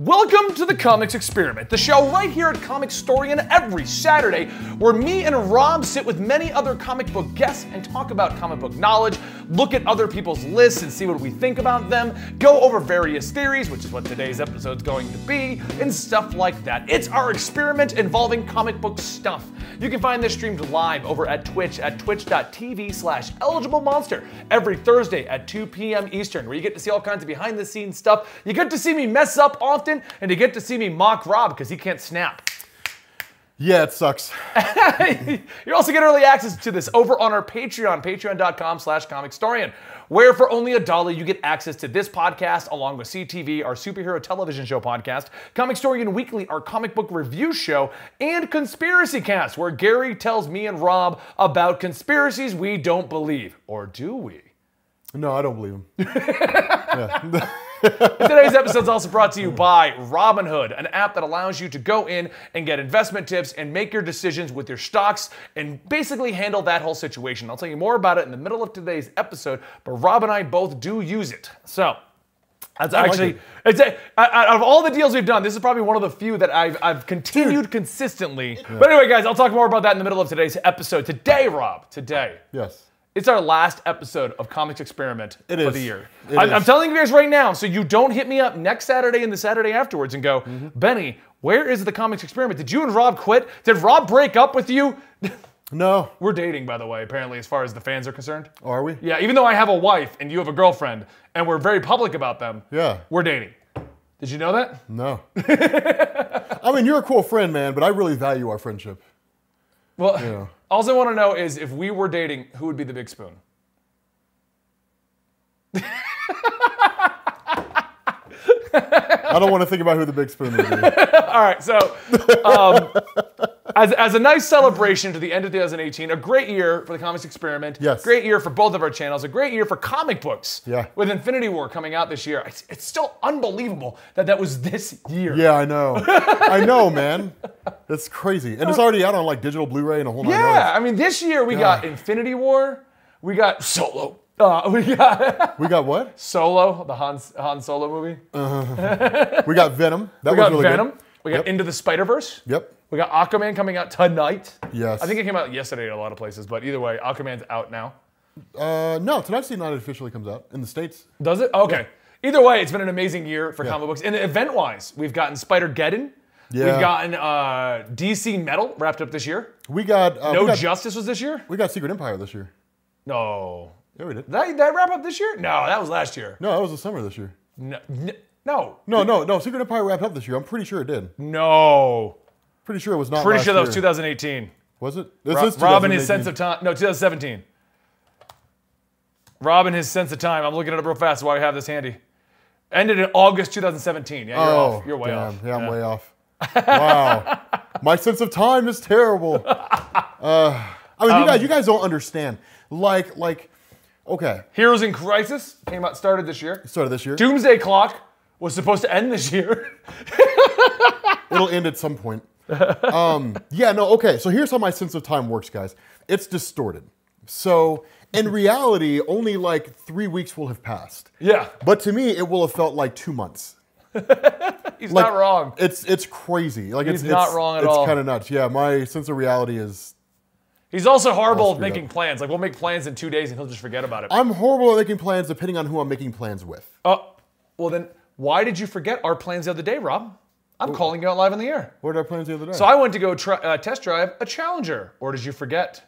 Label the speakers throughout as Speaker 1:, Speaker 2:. Speaker 1: Welcome to the Comics Experiment, the show right here at Comic Storian every Saturday, where me and Rob sit with many other comic book guests and talk about comic book knowledge, look at other people's lists and see what we think about them, go over various theories, which is what today's episode's going to be, and stuff like that. It's our experiment involving comic book stuff. You can find this streamed live over at Twitch at twitch.tv slash eligible monster every Thursday at 2 p.m. Eastern, where you get to see all kinds of behind the scenes stuff. You get to see me mess up often, and you get to see me mock Rob because he can't snap.
Speaker 2: Yeah, it sucks.
Speaker 1: you also get early access to this over on our Patreon, patreon.com slash comicstorian, where for only a dollar you get access to this podcast along with CTV, our superhero television show podcast, Comic Storian Weekly, our comic book review show, and Conspiracy Cast, where Gary tells me and Rob about conspiracies we don't believe. Or do we?
Speaker 2: No, I don't believe him.
Speaker 1: Today's episode is also brought to you by Robinhood, an app that allows you to go in and get investment tips and make your decisions with your stocks and basically handle that whole situation. I'll tell you more about it in the middle of today's episode, but Rob and I both do use it. So, that's actually,
Speaker 2: it.
Speaker 1: it's a, out of all the deals we've done, this is probably one of the few that I've, I've continued consistently. But anyway, guys, I'll talk more about that in the middle of today's episode. Today, Rob, today.
Speaker 2: Yes.
Speaker 1: It's our last episode of Comics Experiment
Speaker 2: It
Speaker 1: for
Speaker 2: is.
Speaker 1: the year.
Speaker 2: It
Speaker 1: I'm,
Speaker 2: is.
Speaker 1: I'm telling you guys right now, so you don't hit me up next Saturday and the Saturday afterwards and go,
Speaker 2: Mm-hmm.
Speaker 1: Benny, where is the Comics Experiment? Did you and Rob quit? Did Rob break up with you?
Speaker 2: No.
Speaker 1: We're dating, by the way, apparently, as far as the fans are concerned.
Speaker 2: Are we?
Speaker 1: Yeah, even though I have a wife and you have a girlfriend, and we're very public about them,
Speaker 2: Yeah. Mm.
Speaker 1: we're dating. Did you know that?
Speaker 2: No. I mean, you're a cool friend, man, but I really value our friendship.
Speaker 1: Well, all I want to know is if we were dating, who would be the big spoon?
Speaker 2: I don't want to think about who the big spoon would be.
Speaker 1: All right, so um, as, as a nice celebration to the end of 2018, a great year for the comics experiment.
Speaker 2: Yes.
Speaker 1: Great year for both of our channels, a great year for comic books.
Speaker 2: Yeah.
Speaker 1: With Infinity War coming out this year. It's, it's still unbelievable that that was this year.
Speaker 2: Yeah, I know. I know, man. It's crazy. And it's already out on like digital Blu-ray and a whole nine
Speaker 1: Yeah, I mean, this year we got Infinity War, we got Solo. Uh, we got
Speaker 2: yards. We got what?
Speaker 1: Solo, the Han, Han Solo movie.
Speaker 2: We got Venom. That
Speaker 1: we
Speaker 2: was
Speaker 1: got
Speaker 2: really
Speaker 1: Venom.
Speaker 2: good.
Speaker 1: We got
Speaker 2: Yep.
Speaker 1: Into the Spider Verse.
Speaker 2: Yep.
Speaker 1: We got Aquaman coming out tonight.
Speaker 2: Yes.
Speaker 1: I think it came out yesterday at a lot of places, but either way, Aquaman's out now.
Speaker 2: Uh, no, tonight's the night it officially comes out in the states.
Speaker 1: Does it? Okay. Either way, it's been an amazing year for comic books. And event wise, we've gotten Spider Geddon. We've
Speaker 2: Yeah.
Speaker 1: gotten uh, DC Metal wrapped up this year.
Speaker 2: We got uh,
Speaker 1: No
Speaker 2: we got,
Speaker 1: Justice was this year?
Speaker 2: we got Secret Empire this year.
Speaker 1: No.
Speaker 2: Yeah, we did.
Speaker 1: Did that, that wrap up this year? No, that was last year.
Speaker 2: No, that was the summer this year.
Speaker 1: No. n- No.
Speaker 2: No, no, no. Secret Empire wrapped up this year. I'm pretty sure it did.
Speaker 1: No.
Speaker 2: Pretty sure it was not.
Speaker 1: Pretty
Speaker 2: last
Speaker 1: sure that was
Speaker 2: year.
Speaker 1: 2018.
Speaker 2: Was it? This
Speaker 1: Ro-
Speaker 2: is
Speaker 1: Rob and his sense
Speaker 2: 2018.
Speaker 1: of time. No, 2017. Rob and his sense of time. I'm looking it up real fast while we have this handy. Ended in August 2017. Yeah, you're off. You're way
Speaker 2: Oh, damn.
Speaker 1: off.
Speaker 2: Yeah, I'm way off. Wow, my sense of time is terrible. Uh, I
Speaker 1: Um,
Speaker 2: mean, you guys, you guys don't understand. Like, like, okay,
Speaker 1: Heroes in Crisis came out, started this year.
Speaker 2: started this year.
Speaker 1: Doomsday Clock was supposed to end this year.
Speaker 2: It'll end at some point. Um, yeah, no, okay. So here's how my sense of time works, guys. It's distorted. So in reality, only like three weeks will have passed.
Speaker 1: Yeah,
Speaker 2: But to me, it will have felt like two months.
Speaker 1: he's
Speaker 2: Like,
Speaker 1: not wrong.
Speaker 2: It's it's crazy. Like
Speaker 1: He's
Speaker 2: it's
Speaker 1: not
Speaker 2: it's,
Speaker 1: wrong at
Speaker 2: it's
Speaker 1: all.
Speaker 2: kind of nuts. Yeah, my sense of reality is
Speaker 1: He's also horrible at
Speaker 2: screwed
Speaker 1: making plans. Like we'll make plans in two days and he'll just forget about it.
Speaker 2: I'm horrible at making plans depending on who I'm making plans with.
Speaker 1: Oh, well then, why did you forget our plans the other day, Rob? I'm calling you out live in the air.
Speaker 2: What did I plans the other day?
Speaker 1: So I went to go try, uh, test drive a Challenger, or did you forget?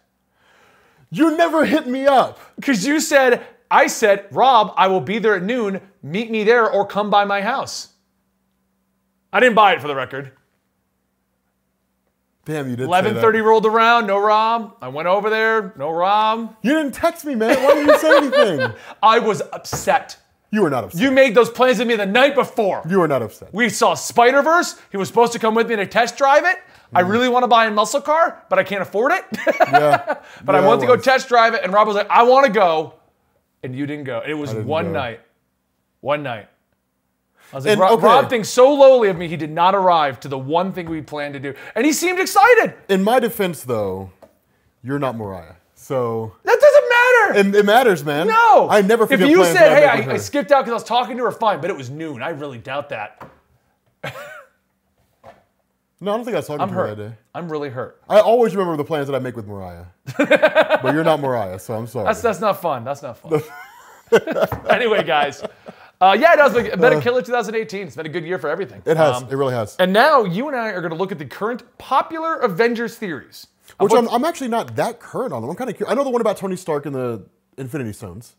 Speaker 2: you never hit me up.
Speaker 1: Because you said, I said, Rob, I will be there at noon. Meet me there or come by my house. I didn't buy it for the record.
Speaker 2: Damn, you did. Eleven
Speaker 1: 11:30 rolled around, no Rob. I went over there, no Rob.
Speaker 2: You didn't text me, man. Why didn't you say anything?
Speaker 1: I was upset.
Speaker 2: You were not upset. You,
Speaker 1: You made those plans with me the night before.
Speaker 2: were not upset.
Speaker 1: We saw Spider Verse. He was supposed to come with me to test drive it. I
Speaker 2: Mm.
Speaker 1: really want to buy a muscle car, but I can't afford it.
Speaker 2: yeah.
Speaker 1: but I
Speaker 2: Yeah,
Speaker 1: want
Speaker 2: it
Speaker 1: to go
Speaker 2: was.
Speaker 1: test drive it. And Rob was like, I want to go. And you didn't go. And it was
Speaker 2: didn't
Speaker 1: one
Speaker 2: go.
Speaker 1: night. One night. I was like,
Speaker 2: And,
Speaker 1: Rob,
Speaker 2: okay.
Speaker 1: Rob thinks so lowly of me, he did not arrive to the one thing we planned to do. And he seemed excited.
Speaker 2: In my defense, though, you're not Mariah, so
Speaker 1: That doesn't matter.
Speaker 2: and it matters, man.
Speaker 1: No.
Speaker 2: I never forget
Speaker 1: If you
Speaker 2: plans
Speaker 1: said,
Speaker 2: that
Speaker 1: "Hey,
Speaker 2: I, make with
Speaker 1: I, I
Speaker 2: her."
Speaker 1: skipped out because I was talking to her," fine, but it was noon. I really doubt that.
Speaker 2: No, I don't think I saw
Speaker 1: I'm
Speaker 2: Good Mariah
Speaker 1: hurt.
Speaker 2: Day.
Speaker 1: I'm really hurt.
Speaker 2: I always remember the plans that I make with Mariah. but you're not Mariah, so I'm sorry.
Speaker 1: That's that's not fun. That's not fun. anyway, guys. Uh, yeah, it has been, been a killer 2018. It's been a good year for everything.
Speaker 2: it has. it really has.
Speaker 1: And now you and I are going to look at the current popular Avengers theories. of
Speaker 2: Which
Speaker 1: what-
Speaker 2: I'm, I'm actually not that current on them. I'm kind of curious. I know the one about Tony Stark and the Infinity Stones.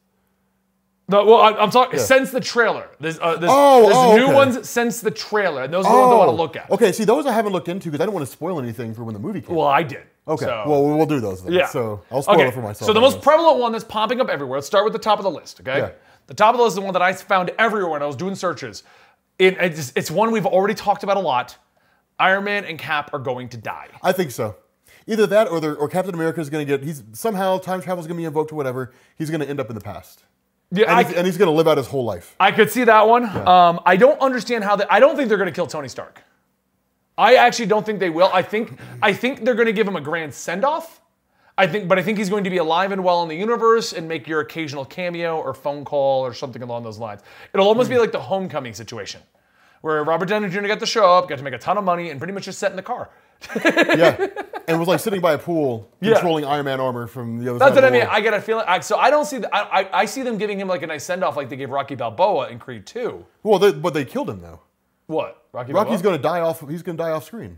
Speaker 1: no, well, I, am talking since the trailer. There's, uh, there's,
Speaker 2: Oh,
Speaker 1: there's
Speaker 2: oh,
Speaker 1: new
Speaker 2: okay. Oh,
Speaker 1: ones since the trailer, and those are the ones I want to look at.
Speaker 2: Okay, see, those I haven't looked into because I don't want to spoil anything for when the movie comes.
Speaker 1: Well, I did.
Speaker 2: okay,
Speaker 1: So-
Speaker 2: well, we'll do those then.
Speaker 1: Yeah.
Speaker 2: So I'll spoil
Speaker 1: Okay,
Speaker 2: it for myself.
Speaker 1: So the
Speaker 2: I
Speaker 1: most
Speaker 2: guess.
Speaker 1: prevalent one that's popping up everywhere. Let's start with the top of the list. Okay.
Speaker 2: Yeah.
Speaker 1: The top of the list is the one that I found everywhere when I was doing searches. It- it's, it's one we've already talked about a lot. Iron Man and Cap are going to die.
Speaker 2: I think so. Either that or, the, or Captain America is going to get, he's somehow time travel is going to be invoked or whatever. He's going to end up in the past.
Speaker 1: Yeah,
Speaker 2: And
Speaker 1: I,
Speaker 2: he's, and he's going to live out his whole life.
Speaker 1: I could see that one. Um, I don't understand how they. I don't think they're going to kill Tony Stark. I actually don't think they will. I think I think they're going to give him a grand send off. I think, but I think he's going to be alive and well in the universe and make your occasional cameo or phone call or something along those lines. It'll almost be like the homecoming situation, where Robert Downey Jr. got to show up, got to make a ton of money, and pretty much just sat in the car.
Speaker 2: yeah. And was like sitting by a pool controlling Iron Man armor from the other
Speaker 1: That's
Speaker 2: side.
Speaker 1: what I
Speaker 2: of the
Speaker 1: mean.
Speaker 2: world.
Speaker 1: I get a feeling. I, so I don't see. The, I, I I see them giving him like a nice send off, like they gave Rocky Balboa in Creed 2.
Speaker 2: Well, they, but they killed him though.
Speaker 1: What Rocky? Balboa?
Speaker 2: Rocky's going to die off. He's going to die off screen.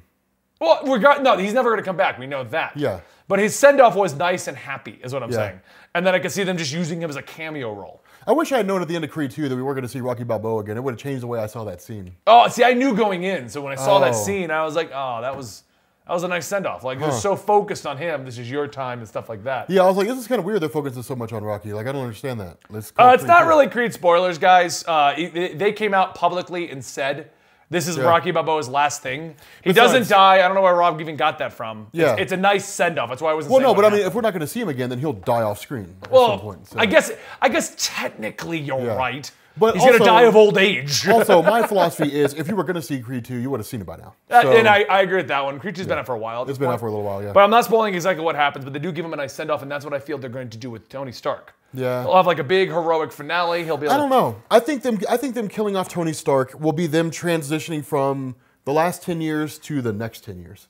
Speaker 1: Well, regard no, he's never going to come back. We know that.
Speaker 2: Yeah.
Speaker 1: But his send off was nice and happy, is what I'm
Speaker 2: Yeah.
Speaker 1: saying. And then I could see them just using him as a cameo role.
Speaker 2: I wish I had known at the end of Creed 2 that we were going to see Rocky Balboa again. It would have changed the way I saw that scene.
Speaker 1: Oh, see, I knew going in, so when I saw
Speaker 2: Oh.
Speaker 1: that scene, I was like, oh, that was that was a nice send off. Like they're so focused on him. This is your time and stuff like that.
Speaker 2: Yeah, I was like, this is kind of weird. They're focusing so much on Rocky. Like, I don't understand that. Let's go
Speaker 1: Uh, it's
Speaker 2: Creed
Speaker 1: not
Speaker 2: two.
Speaker 1: really Creed spoilers, guys. Uh, it- they- they came out publicly and said. This is Rocky Balboa's last thing. He
Speaker 2: Besides-
Speaker 1: doesn't die. I don't know where Rob even got that from. It's-
Speaker 2: Yeah.
Speaker 1: It's, a nice send off. That's why I wasn't
Speaker 2: Well,
Speaker 1: saying
Speaker 2: no,
Speaker 1: what
Speaker 2: but I mean,
Speaker 1: happened.
Speaker 2: if we're not going to see him again, then he'll die off screen at
Speaker 1: Well,
Speaker 2: some point. so.
Speaker 1: I guess I guess technically you're
Speaker 2: Yeah.
Speaker 1: right. But
Speaker 2: But
Speaker 1: he's gonna
Speaker 2: also-
Speaker 1: die of old age.
Speaker 2: also, my philosophy is if you were going to see Creed 2, you would have seen it by now.
Speaker 1: Uh,
Speaker 2: So,
Speaker 1: and I, I agree with that one. Creature's been out for a while. at
Speaker 2: it's
Speaker 1: this
Speaker 2: been out
Speaker 1: point.
Speaker 2: for a little while, yeah.
Speaker 1: But I'm not spoiling exactly what happens. But they do give him a nice send off, and that's what I feel they're going to do with Tony Stark.
Speaker 2: Yeah.
Speaker 1: He'll have like a big heroic finale. He'll be. Like,
Speaker 2: I don't know. I think them. I think them killing off Tony Stark will be them transitioning from the last ten years to the next ten years.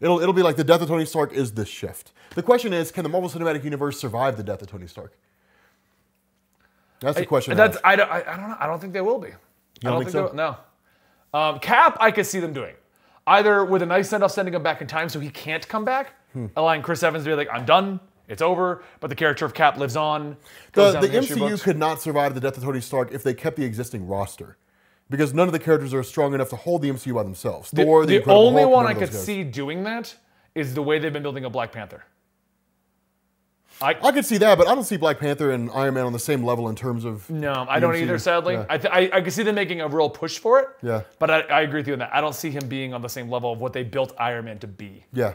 Speaker 2: It'll it'll be like the death of Tony Stark is the shift. The question is, can the Marvel Cinematic Universe survive the death of Tony Stark? That's the question.
Speaker 1: That's
Speaker 2: I ask.
Speaker 1: I don't I, I don't know. I don't think they will be. I
Speaker 2: don't
Speaker 1: don't
Speaker 2: think
Speaker 1: think,
Speaker 2: so?
Speaker 1: they will, no. Um, Cap, I could see them doing either with a nice send off, sending him back in time so he can't come back,
Speaker 2: Hmm.
Speaker 1: allowing Chris Evans to be like, I'm done. It's over, but the character of Cap lives on. goes
Speaker 2: the,
Speaker 1: down
Speaker 2: the
Speaker 1: issue
Speaker 2: MCU
Speaker 1: books.
Speaker 2: could not survive the death of Tony Stark if they kept the existing roster, because none of the characters are strong enough to hold the MCU by themselves.
Speaker 1: The,
Speaker 2: Thor, the,
Speaker 1: the
Speaker 2: Incredible
Speaker 1: only
Speaker 2: Hulk,
Speaker 1: one
Speaker 2: none
Speaker 1: I
Speaker 2: of those
Speaker 1: could
Speaker 2: guys.
Speaker 1: see doing that is the way they've been building a Black Panther. I,
Speaker 2: I could see that, but I don't see Black Panther and Iron Man on the same level in terms of.
Speaker 1: no, I don't
Speaker 2: MCU,
Speaker 1: either. Sadly,
Speaker 2: yeah.
Speaker 1: I, th- I I could see them making a real push for it.
Speaker 2: Yeah.
Speaker 1: But I, I agree with you on that. I don't see him being on the same level of what they built Iron Man to be.
Speaker 2: Yeah.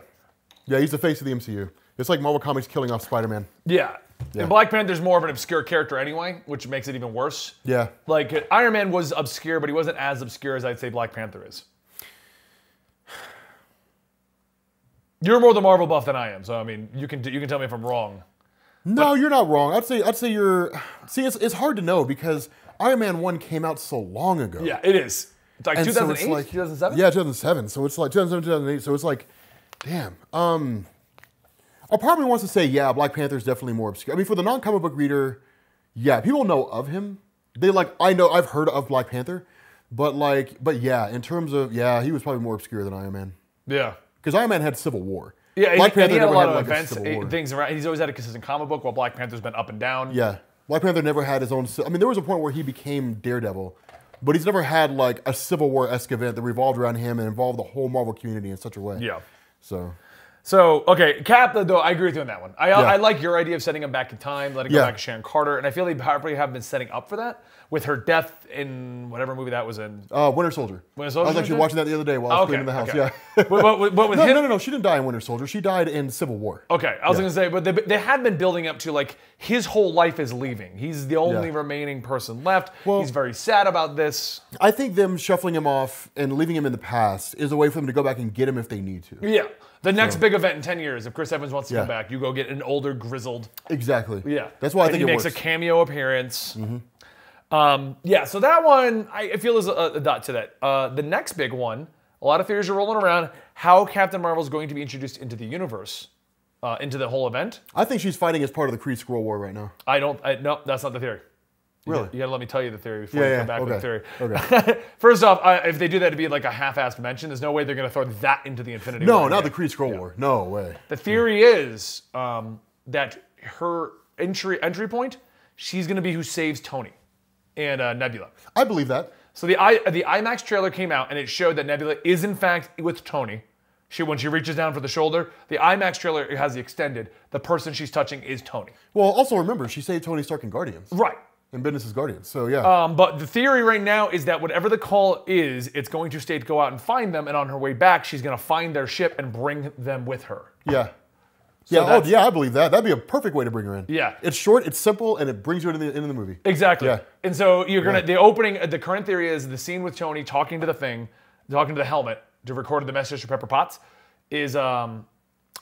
Speaker 2: Yeah, he's the face of the MCU. It's like Marvel Comics killing off Spider Man.
Speaker 1: Yeah.
Speaker 2: Yeah.
Speaker 1: And Black Panther's more of an obscure character anyway, which makes it even worse.
Speaker 2: Yeah.
Speaker 1: Like uh, Iron Man was obscure, but he wasn't as obscure as I'd say Black Panther is. You're more the Marvel buff than I am, so I mean, you can you can tell me if I'm wrong.
Speaker 2: No, you're not wrong. I'd say I'd say you're see it's, it's hard to know because Iron Man 1 came out so long ago.
Speaker 1: Yeah, it is. It's like
Speaker 2: And
Speaker 1: 2008,
Speaker 2: so it's like
Speaker 1: 2007.
Speaker 2: Yeah, 2007. So it's like 2007, 2008. So it's like damn. Um a part of me wants to say yeah, Black Panther's definitely more obscure. I mean for the non-comic book reader, yeah, people know of him. They like I know I've heard of Black Panther, but like but yeah, in terms of yeah, he was probably more obscure than Iron Man.
Speaker 1: Yeah.
Speaker 2: Because Iron Man had Civil War.
Speaker 1: Yeah,
Speaker 2: Black
Speaker 1: Black and, Panther
Speaker 2: Panther
Speaker 1: he had a
Speaker 2: never
Speaker 1: lot
Speaker 2: had
Speaker 1: of
Speaker 2: like
Speaker 1: events,
Speaker 2: a Civil War.
Speaker 1: eh, things around. He's always had a consistent comic book, while Black Panther's been up and down.
Speaker 2: Yeah, Black Panther never had his own. ci- I mean, there was a point where he became Daredevil, but he's never had like a Civil War esque event that revolved around him and involved the whole Marvel community in such a way.
Speaker 1: Yeah.
Speaker 2: So
Speaker 1: So okay, Cap though I agree with you on that one. I, I
Speaker 2: Yeah.
Speaker 1: like your idea of setting him back in time, letting him go
Speaker 2: Yeah.
Speaker 1: back to Sharon Carter, and I feel they probably have been setting up for that with her death in whatever movie that was in.
Speaker 2: uh, Winter Soldier.
Speaker 1: Winter Soldier
Speaker 2: I was
Speaker 1: was
Speaker 2: actually
Speaker 1: there?
Speaker 2: watching that the other day while I was
Speaker 1: okay,
Speaker 2: cleaning the house.
Speaker 1: okay.
Speaker 2: Yeah.
Speaker 1: but, but- but with
Speaker 2: no,
Speaker 1: him,
Speaker 2: no, no, no. She didn't die in Winter Soldier. She died in Civil War.
Speaker 1: okay, I was
Speaker 2: Yeah.
Speaker 1: gonna say, but they, they had been building up to like his whole life is leaving. He's the only
Speaker 2: Yeah.
Speaker 1: remaining person left.
Speaker 2: Well-
Speaker 1: He's very sad about this.
Speaker 2: I think them shuffling him off and leaving him in the past is a way for them to go back and get him if they need to.
Speaker 1: Yeah. The next big event in ten years, if Chris Evans wants to
Speaker 2: Yeah.
Speaker 1: come back, you go get an older, grizzled
Speaker 2: Exactly.
Speaker 1: Yeah,
Speaker 2: That's why I
Speaker 1: And
Speaker 2: think
Speaker 1: he
Speaker 2: it
Speaker 1: makes
Speaker 2: works.
Speaker 1: a cameo appearance.
Speaker 2: Mm-hmm.
Speaker 1: Um, yeah, so that one I I feel is a, a dot to that. Uh, the next big one, A lot of theories are rolling around how Captain Marvel is going to be introduced into the universe, uh, into the whole event.
Speaker 2: I think she's fighting as part of the Creed Scroll War right now.
Speaker 1: I don't. I, no, that's not the theory.
Speaker 2: Really?
Speaker 1: You gotta let me tell you the theory before
Speaker 2: Yeah,
Speaker 1: you
Speaker 2: yeah,
Speaker 1: come back with the theory.
Speaker 2: okay,
Speaker 1: First off, I, if they do that to be like a half-assed mention, there's no way they're gonna throw that into the Infinity
Speaker 2: No,
Speaker 1: War
Speaker 2: not
Speaker 1: again.
Speaker 2: the Creed Scroll War. No way.
Speaker 1: The theory is um, that her entry entry point, she's gonna be who saves Tony and uh, Nebula.
Speaker 2: I believe that.
Speaker 1: So the I, the IMAX trailer came out and it showed that Nebula is in fact with Tony. She when she reaches down for the shoulder, the IMAX trailer has the extended. The person she's touching is Tony.
Speaker 2: Well, also remember, she saved Tony Stark in Guardians,
Speaker 1: Right.
Speaker 2: in Business's Guardians. So yeah,
Speaker 1: Um, but the theory right now is that whatever the call is, it's going to stay to go out and find them, and on her way back, she's going to find their ship and bring them with her.
Speaker 2: yeah, yeah. Oh
Speaker 1: that's-
Speaker 2: yeah, I believe that. That'd be a perfect way to bring her in.
Speaker 1: Yeah.
Speaker 2: It's short, it's simple, and it brings you into the end of the movie.
Speaker 1: Exactly.
Speaker 2: Yeah.
Speaker 1: And so you're gonna the opening. The current theory is the scene with Tony talking to the thing, talking to the helmet to record the message to Pepper Potts, is um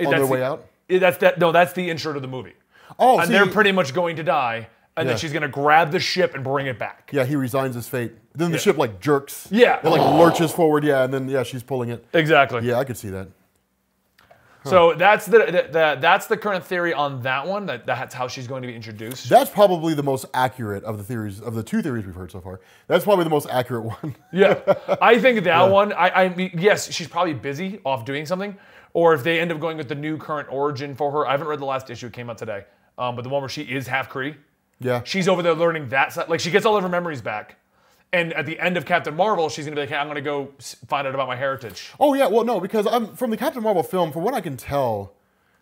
Speaker 1: on
Speaker 2: their way out?
Speaker 1: That's that. No, that's the insert of the movie,
Speaker 2: Oh,
Speaker 1: and
Speaker 2: see,
Speaker 1: they're pretty much going to die, and
Speaker 2: Yeah.
Speaker 1: then she's going to grab the ship and bring it back.
Speaker 2: yeah, he resigns his fate. Then the ship like jerks.
Speaker 1: Yeah.
Speaker 2: It like lurches forward. Yeah, and then yeah, she's pulling it.
Speaker 1: Exactly.
Speaker 2: Yeah, I could see that.
Speaker 1: So that's the, the, the that's the current theory on that one. That that's how she's going to be introduced.
Speaker 2: That's probably the most accurate of the theories of the two theories we've heard so far. That's probably the most accurate one.
Speaker 1: Yeah, I think that one. I, I mean, yes, she's probably busy off doing something, or if they end up going with the new current origin for her. I haven't read the last issue; it came out today. Um, but the one where she is half Cree,
Speaker 2: yeah.
Speaker 1: she's over there learning that side. Like she gets all of her memories back, and at the end of Captain Marvel, she's gonna be like, "Hey, I'm gonna go s- find out about my heritage."
Speaker 2: Oh yeah, well no, because I'm from the Captain Marvel film. From what I can tell,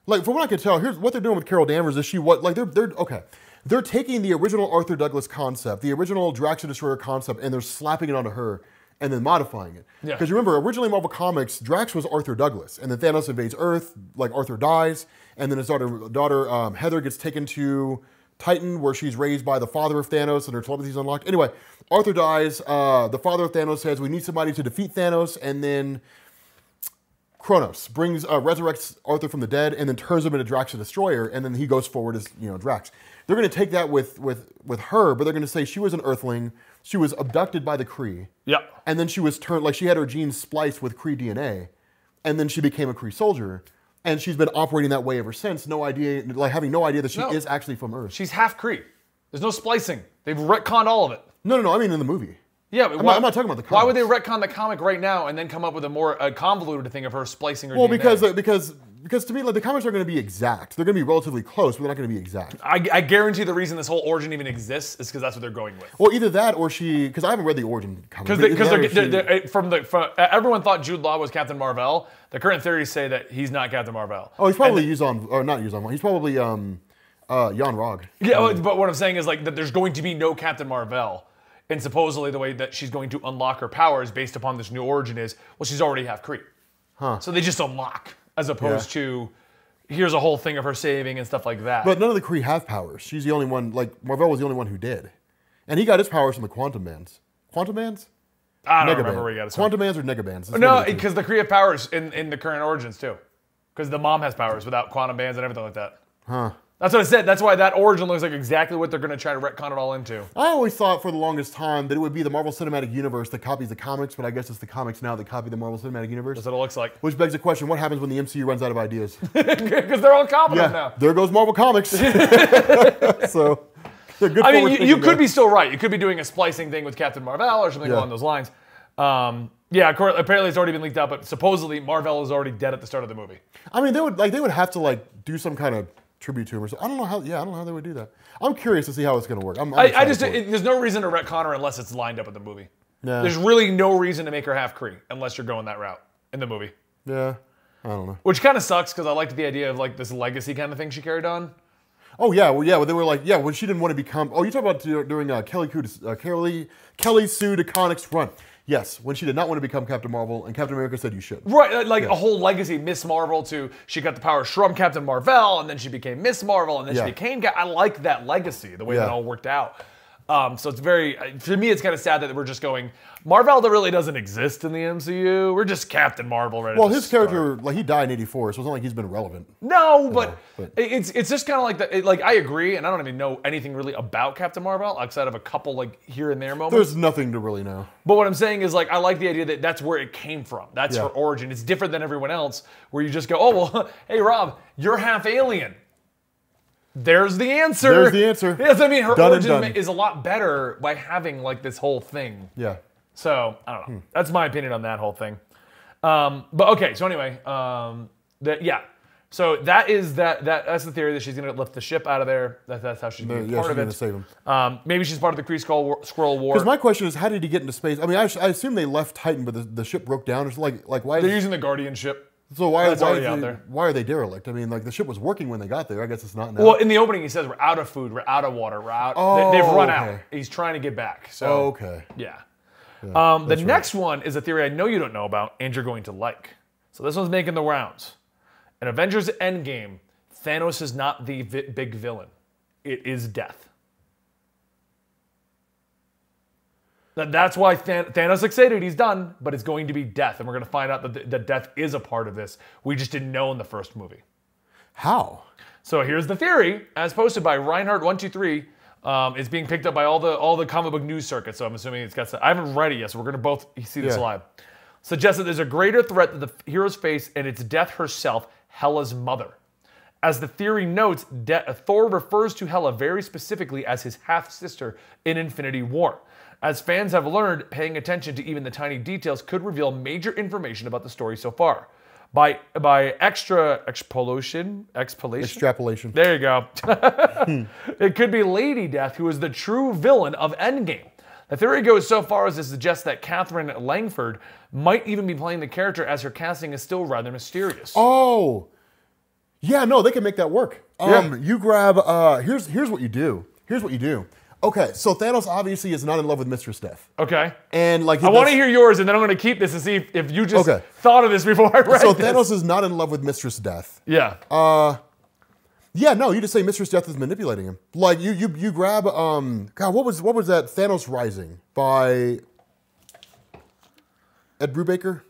Speaker 2: like from what I can tell, here's what they're doing with Carol Danvers is she what like they're they're okay. They're taking the original Arthur Douglas concept, the original Drax the Destroyer concept, and they're slapping it onto her and then modifying it.
Speaker 1: Yeah.
Speaker 2: Because remember, originally in Marvel Comics, Drax was Arthur Douglas, and then Thanos invades Earth, like Arthur dies, and then his daughter daughter um, Heather gets taken to Titan, where she's raised by the father of Thanos, and her telepathy's unlocked. Anyway, Arthur dies. Uh, the father of Thanos says, "We need somebody to defeat Thanos," and then Kronos brings uh, resurrects Arthur from the dead and then turns him into Drax the Destroyer, and then he goes forward as you know Drax. They're going to take that with with with her, but they're going to say she was an Earthling, she was abducted by the Kree,
Speaker 1: Yeah,
Speaker 2: and then she was turned like she had her genes spliced with Kree DNA, and then she became a Kree soldier, and she's been operating that way ever since. No idea, like having no idea that she
Speaker 1: No.
Speaker 2: is actually from Earth.
Speaker 1: she's half Cree. There's no splicing. They've retconned all of it.
Speaker 2: no, no, no. I mean in the movie.
Speaker 1: Yeah, but
Speaker 2: I'm,
Speaker 1: why-
Speaker 2: not, I'm not talking about the. Comics.
Speaker 1: Why would they retcon the comic right now and then come up with a more uh convoluted thing of her splicing her?
Speaker 2: Well,
Speaker 1: DNA?
Speaker 2: because uh, because because to me, like the comics are going to be exact. They're going to be relatively close, but they're not going to be exact.
Speaker 1: I, I guarantee the reason this whole origin even exists is because that's what they're going with.
Speaker 2: Well, either that or she, because I haven't read the origin comic.
Speaker 1: Because
Speaker 2: but
Speaker 1: they, because
Speaker 2: either
Speaker 1: they're,
Speaker 2: that or
Speaker 1: they're,
Speaker 2: she-
Speaker 1: they're- from the from, uh, everyone thought Jude Law was Captain Marvel. The current theories say that he's not Captain Marvel.
Speaker 2: oh, he's probably Yuzon, or not Yuzon. He's probably um, uh, Jan Rog.
Speaker 1: yeah, well, but what I'm saying is like that there's going to be no Captain Marvel, and supposedly the way that she's going to unlock her powers based upon this new origin is well she's already half Cree, huh? So they just unlock as opposed to here's a whole thing of her saving and stuff like that.
Speaker 2: But none of the Kree have powers. She's the only one. Like Marvel was the only one who did, and he got his powers from the Quantum Mans. Quantum Mans?
Speaker 1: I don't
Speaker 2: Negabands.
Speaker 1: remember where he got his
Speaker 2: Quantum Mans or Negabans?
Speaker 1: No, because the Kree have powers in, in the current origins too. Because the mom has powers without quantum bands and everything like that.
Speaker 2: Huh.
Speaker 1: That's what I said. That's why that origin looks like exactly what they're going to try to retcon it all into.
Speaker 2: I always thought for the longest time that it would be the Marvel Cinematic Universe that copies the comics, but I guess it's the comics now that copy the Marvel Cinematic Universe.
Speaker 1: That's what it looks like.
Speaker 2: Which begs the question: What happens when the MCU runs out of ideas?
Speaker 1: Because they're all competent now.
Speaker 2: there goes Marvel Comics. so they're good.
Speaker 1: I mean, you,
Speaker 2: forward-thinking
Speaker 1: you could
Speaker 2: there.
Speaker 1: be still right. You could be doing a splicing thing with Captain Marvel or something
Speaker 2: Yeah.
Speaker 1: along those lines. Um, yeah, accor- apparently it's already been leaked out, but supposedly Marvel is already dead at the start of the movie.
Speaker 2: I mean, they would like they would have to like do some kind of tribute to him or something. I don't know how. Yeah, I don't know how they would do that. I'm curious to see how it's going to work. I'm, I'm
Speaker 1: I, I
Speaker 2: excited
Speaker 1: just
Speaker 2: for it.
Speaker 1: it, there's no reason to retcon her unless it's lined up in the movie.
Speaker 2: Yeah.
Speaker 1: There's really no reason to make her half Kree unless you're going that route in the movie.
Speaker 2: yeah. I don't know.
Speaker 1: Which kind of sucks because I liked the idea of like this legacy kind of thing she carried on.
Speaker 2: Oh yeah, well yeah. Well, they were like yeah when she didn't want to become. Oh, you talk about dur- during uh, Kelly, Coo uh, Kelly Kelly Sue DeConnick's run. Yes, when she did not want to become Captain Marvel, and Captain America said you should.
Speaker 1: Right, uh, like a whole legacy. Miss Marvel to she got the powers from Captain Marvel, and then she became Miss Marvel, and then
Speaker 2: Yeah.
Speaker 1: she became. Cap- I like that legacy, the way
Speaker 2: Yeah.
Speaker 1: that all worked out. Um, so it's very, uh, to me, it's kind of sad that we're just going. Marvel really doesn't exist in the MCU. We're just Captain Marvel right at
Speaker 2: Well,
Speaker 1: the
Speaker 2: his character, like he died in '84, so it's not like he's been relevant.
Speaker 1: No, but,
Speaker 2: but-
Speaker 1: it- it's it's just kind of like the it- like I agree, and I don't even know anything really about Captain Marvel outside of a couple like here and there moments.
Speaker 2: There's nothing to really know.
Speaker 1: but what I'm saying is like I like the idea that that's where it came from. That's
Speaker 2: Yeah.
Speaker 1: her origin. It's different than everyone else, where you just go, oh well, hey Rob, you're half alien. There's the answer.
Speaker 2: There's the answer.
Speaker 1: Yes, I mean her
Speaker 2: Done and
Speaker 1: origin
Speaker 2: done.
Speaker 1: ma- is a lot better by having like this whole thing.
Speaker 2: Yeah. Hmm.
Speaker 1: So I don't know. That's my opinion on that whole thing. Um, but okay. So anyway, um, that yeah. So that is that that that's the theory that she's gonna lift the ship out of there. That, that's how she's gonna be
Speaker 2: Yeah,
Speaker 1: part
Speaker 2: she's
Speaker 1: of
Speaker 2: gonna
Speaker 1: it.
Speaker 2: save him.
Speaker 1: Um, maybe she's part of the Kree Skull War, Squirrel War.
Speaker 2: Because my question is, how did he get into space? I mean, I, I assume they left Titan, but the, the ship broke down. It's like, like why?
Speaker 1: They're
Speaker 2: Is,
Speaker 1: using the Guardian ship.
Speaker 2: so why,
Speaker 1: that's
Speaker 2: why,
Speaker 1: already
Speaker 2: is
Speaker 1: out
Speaker 2: it-
Speaker 1: there.
Speaker 2: why are they derelict? I mean, like the ship was working when they got there. I guess it's not now.
Speaker 1: Well, in the opening, he says we're out of food, we're out of water, we're out.
Speaker 2: Oh,
Speaker 1: they, have run out.
Speaker 2: okay.
Speaker 1: He's trying to get back. So
Speaker 2: Oh, okay.
Speaker 1: Yeah. um, the next one is a theory I know you don't know about and you're going to like. So this one's making the rounds. In Avengers Endgame, Thanos is not the vi- big villain, it is death. That- That's why Than- Thanos succeeded. He's done, but it's going to be death. And we're going to find out that, th- that death is a part of this. We just didn't know in the first movie.
Speaker 2: How?
Speaker 1: So here's the theory, as posted by Reinhardt123. Um, it's being picked up by all the all the comic book news circuits, so I'm assuming it's got. Some, I haven't read it yet, so we're gonna both see this
Speaker 2: Yeah.
Speaker 1: live. Suggests that there's a greater threat that the heroes face, and it's death herself, Hela's mother. As the theory notes, De- uh, Thor refers to Hela very specifically as his half sister in Infinity War. As fans have learned, paying attention to even the tiny details could reveal major information about the story so far. By by extra expolation, expolation,
Speaker 2: Extrapolation.
Speaker 1: there you go.
Speaker 2: Hmm.
Speaker 1: it could be Lady Death, who is the true villain of Endgame. The theory goes so far as to suggest that Catherine Langford might even be playing the character as her casting is still rather mysterious.
Speaker 2: Oh, yeah, no, they can make that work. Um, you grab. Uh, here's here's what you do. Here's what you do. Okay, so Thanos obviously is not in love with Mistress Death,
Speaker 1: Okay.
Speaker 2: and like
Speaker 1: I want to hear yours, and then I'm going to keep this and see if, if you just
Speaker 2: Okay.
Speaker 1: thought of this before I read
Speaker 2: So Uh,
Speaker 1: this.
Speaker 2: Thanos is not in love with Mistress Death.
Speaker 1: yeah.
Speaker 2: Yeah, no, you just say Mistress Death is manipulating him. Like you you you grab. Um, God, what was what was that? Thanos Rising by Ed Brubaker.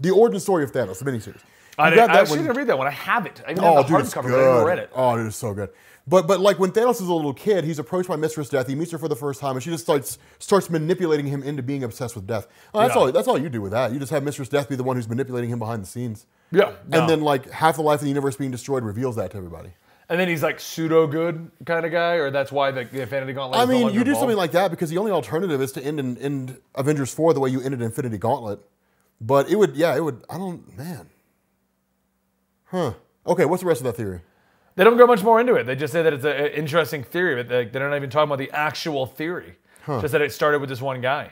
Speaker 2: The origin story of Thanos, the miniseries.
Speaker 1: I,
Speaker 2: You
Speaker 1: didn't,
Speaker 2: grab
Speaker 1: I
Speaker 2: that
Speaker 1: was
Speaker 2: one.
Speaker 1: going to read that one. I have it. I even
Speaker 2: Oh,
Speaker 1: have the
Speaker 2: dude, it's
Speaker 1: hardcover, but I never
Speaker 2: good.
Speaker 1: read it.
Speaker 2: Oh, dude, it's so good. But but like when Thanos is a little kid, he's approached by Mistress Death. He meets her for the first time, and she just starts starts manipulating him into being obsessed with death. Oh, that's
Speaker 1: Yeah.
Speaker 2: all. That's all you do with that. You just have Mistress Death be the one who's manipulating him behind the scenes.
Speaker 1: Yeah. no.
Speaker 2: And then like half the life of the universe being destroyed reveals that to everybody.
Speaker 1: and then he's like pseudo good kind of guy, or that's why the the Infinity Gauntlet.
Speaker 2: I
Speaker 1: is no
Speaker 2: mean,
Speaker 1: longer
Speaker 2: you do
Speaker 1: involved?
Speaker 2: something like that because the only alternative is to end in end Avengers four the way you ended Infinity Gauntlet. But it would, yeah, it would. I don't, man. Huh. Okay, what's the rest of that theory?
Speaker 1: They don't go much more into it. They just say that it's an interesting theory, but they, they're not even talking about the actual theory. Just that it started with this one guy.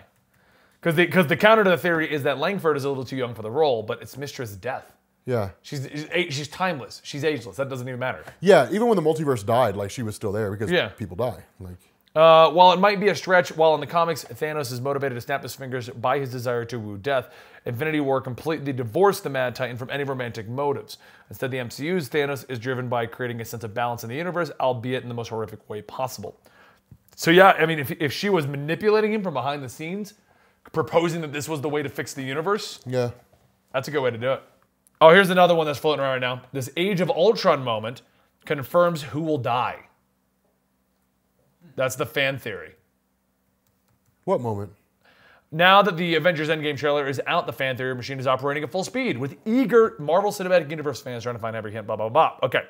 Speaker 1: Because the, 'cause the counter to the theory is that Langford is a little too young for the role, but it's Mistress Death.
Speaker 2: Yeah.
Speaker 1: She's, she's, a- she's timeless. She's ageless. That doesn't even matter.
Speaker 2: Yeah, even when the multiverse died, like she was still there because
Speaker 1: Yeah.
Speaker 2: people die. Like
Speaker 1: Uh, while it might be a stretch, while in the comics, Thanos is motivated to snap his fingers by his desire to woo death, Infinity War completely divorced the Mad Titan from any romantic motives. Instead, the MCU's Thanos is driven by creating a sense of balance in the universe, albeit in the most horrific way possible. So, yeah, I mean, if, if she was manipulating him from behind the scenes, proposing that this was the way to fix the universe,
Speaker 2: yeah,
Speaker 1: that's a good way to do it. Oh, here's another one that's floating around right now. This Age of Ultron moment confirms who will die. That's the fan theory.
Speaker 2: what moment?
Speaker 1: Now that the Avengers Endgame trailer is out, the fan theory machine is operating at full speed with eager Marvel Cinematic Universe fans trying to find every hint, blah, blah, blah. Okay.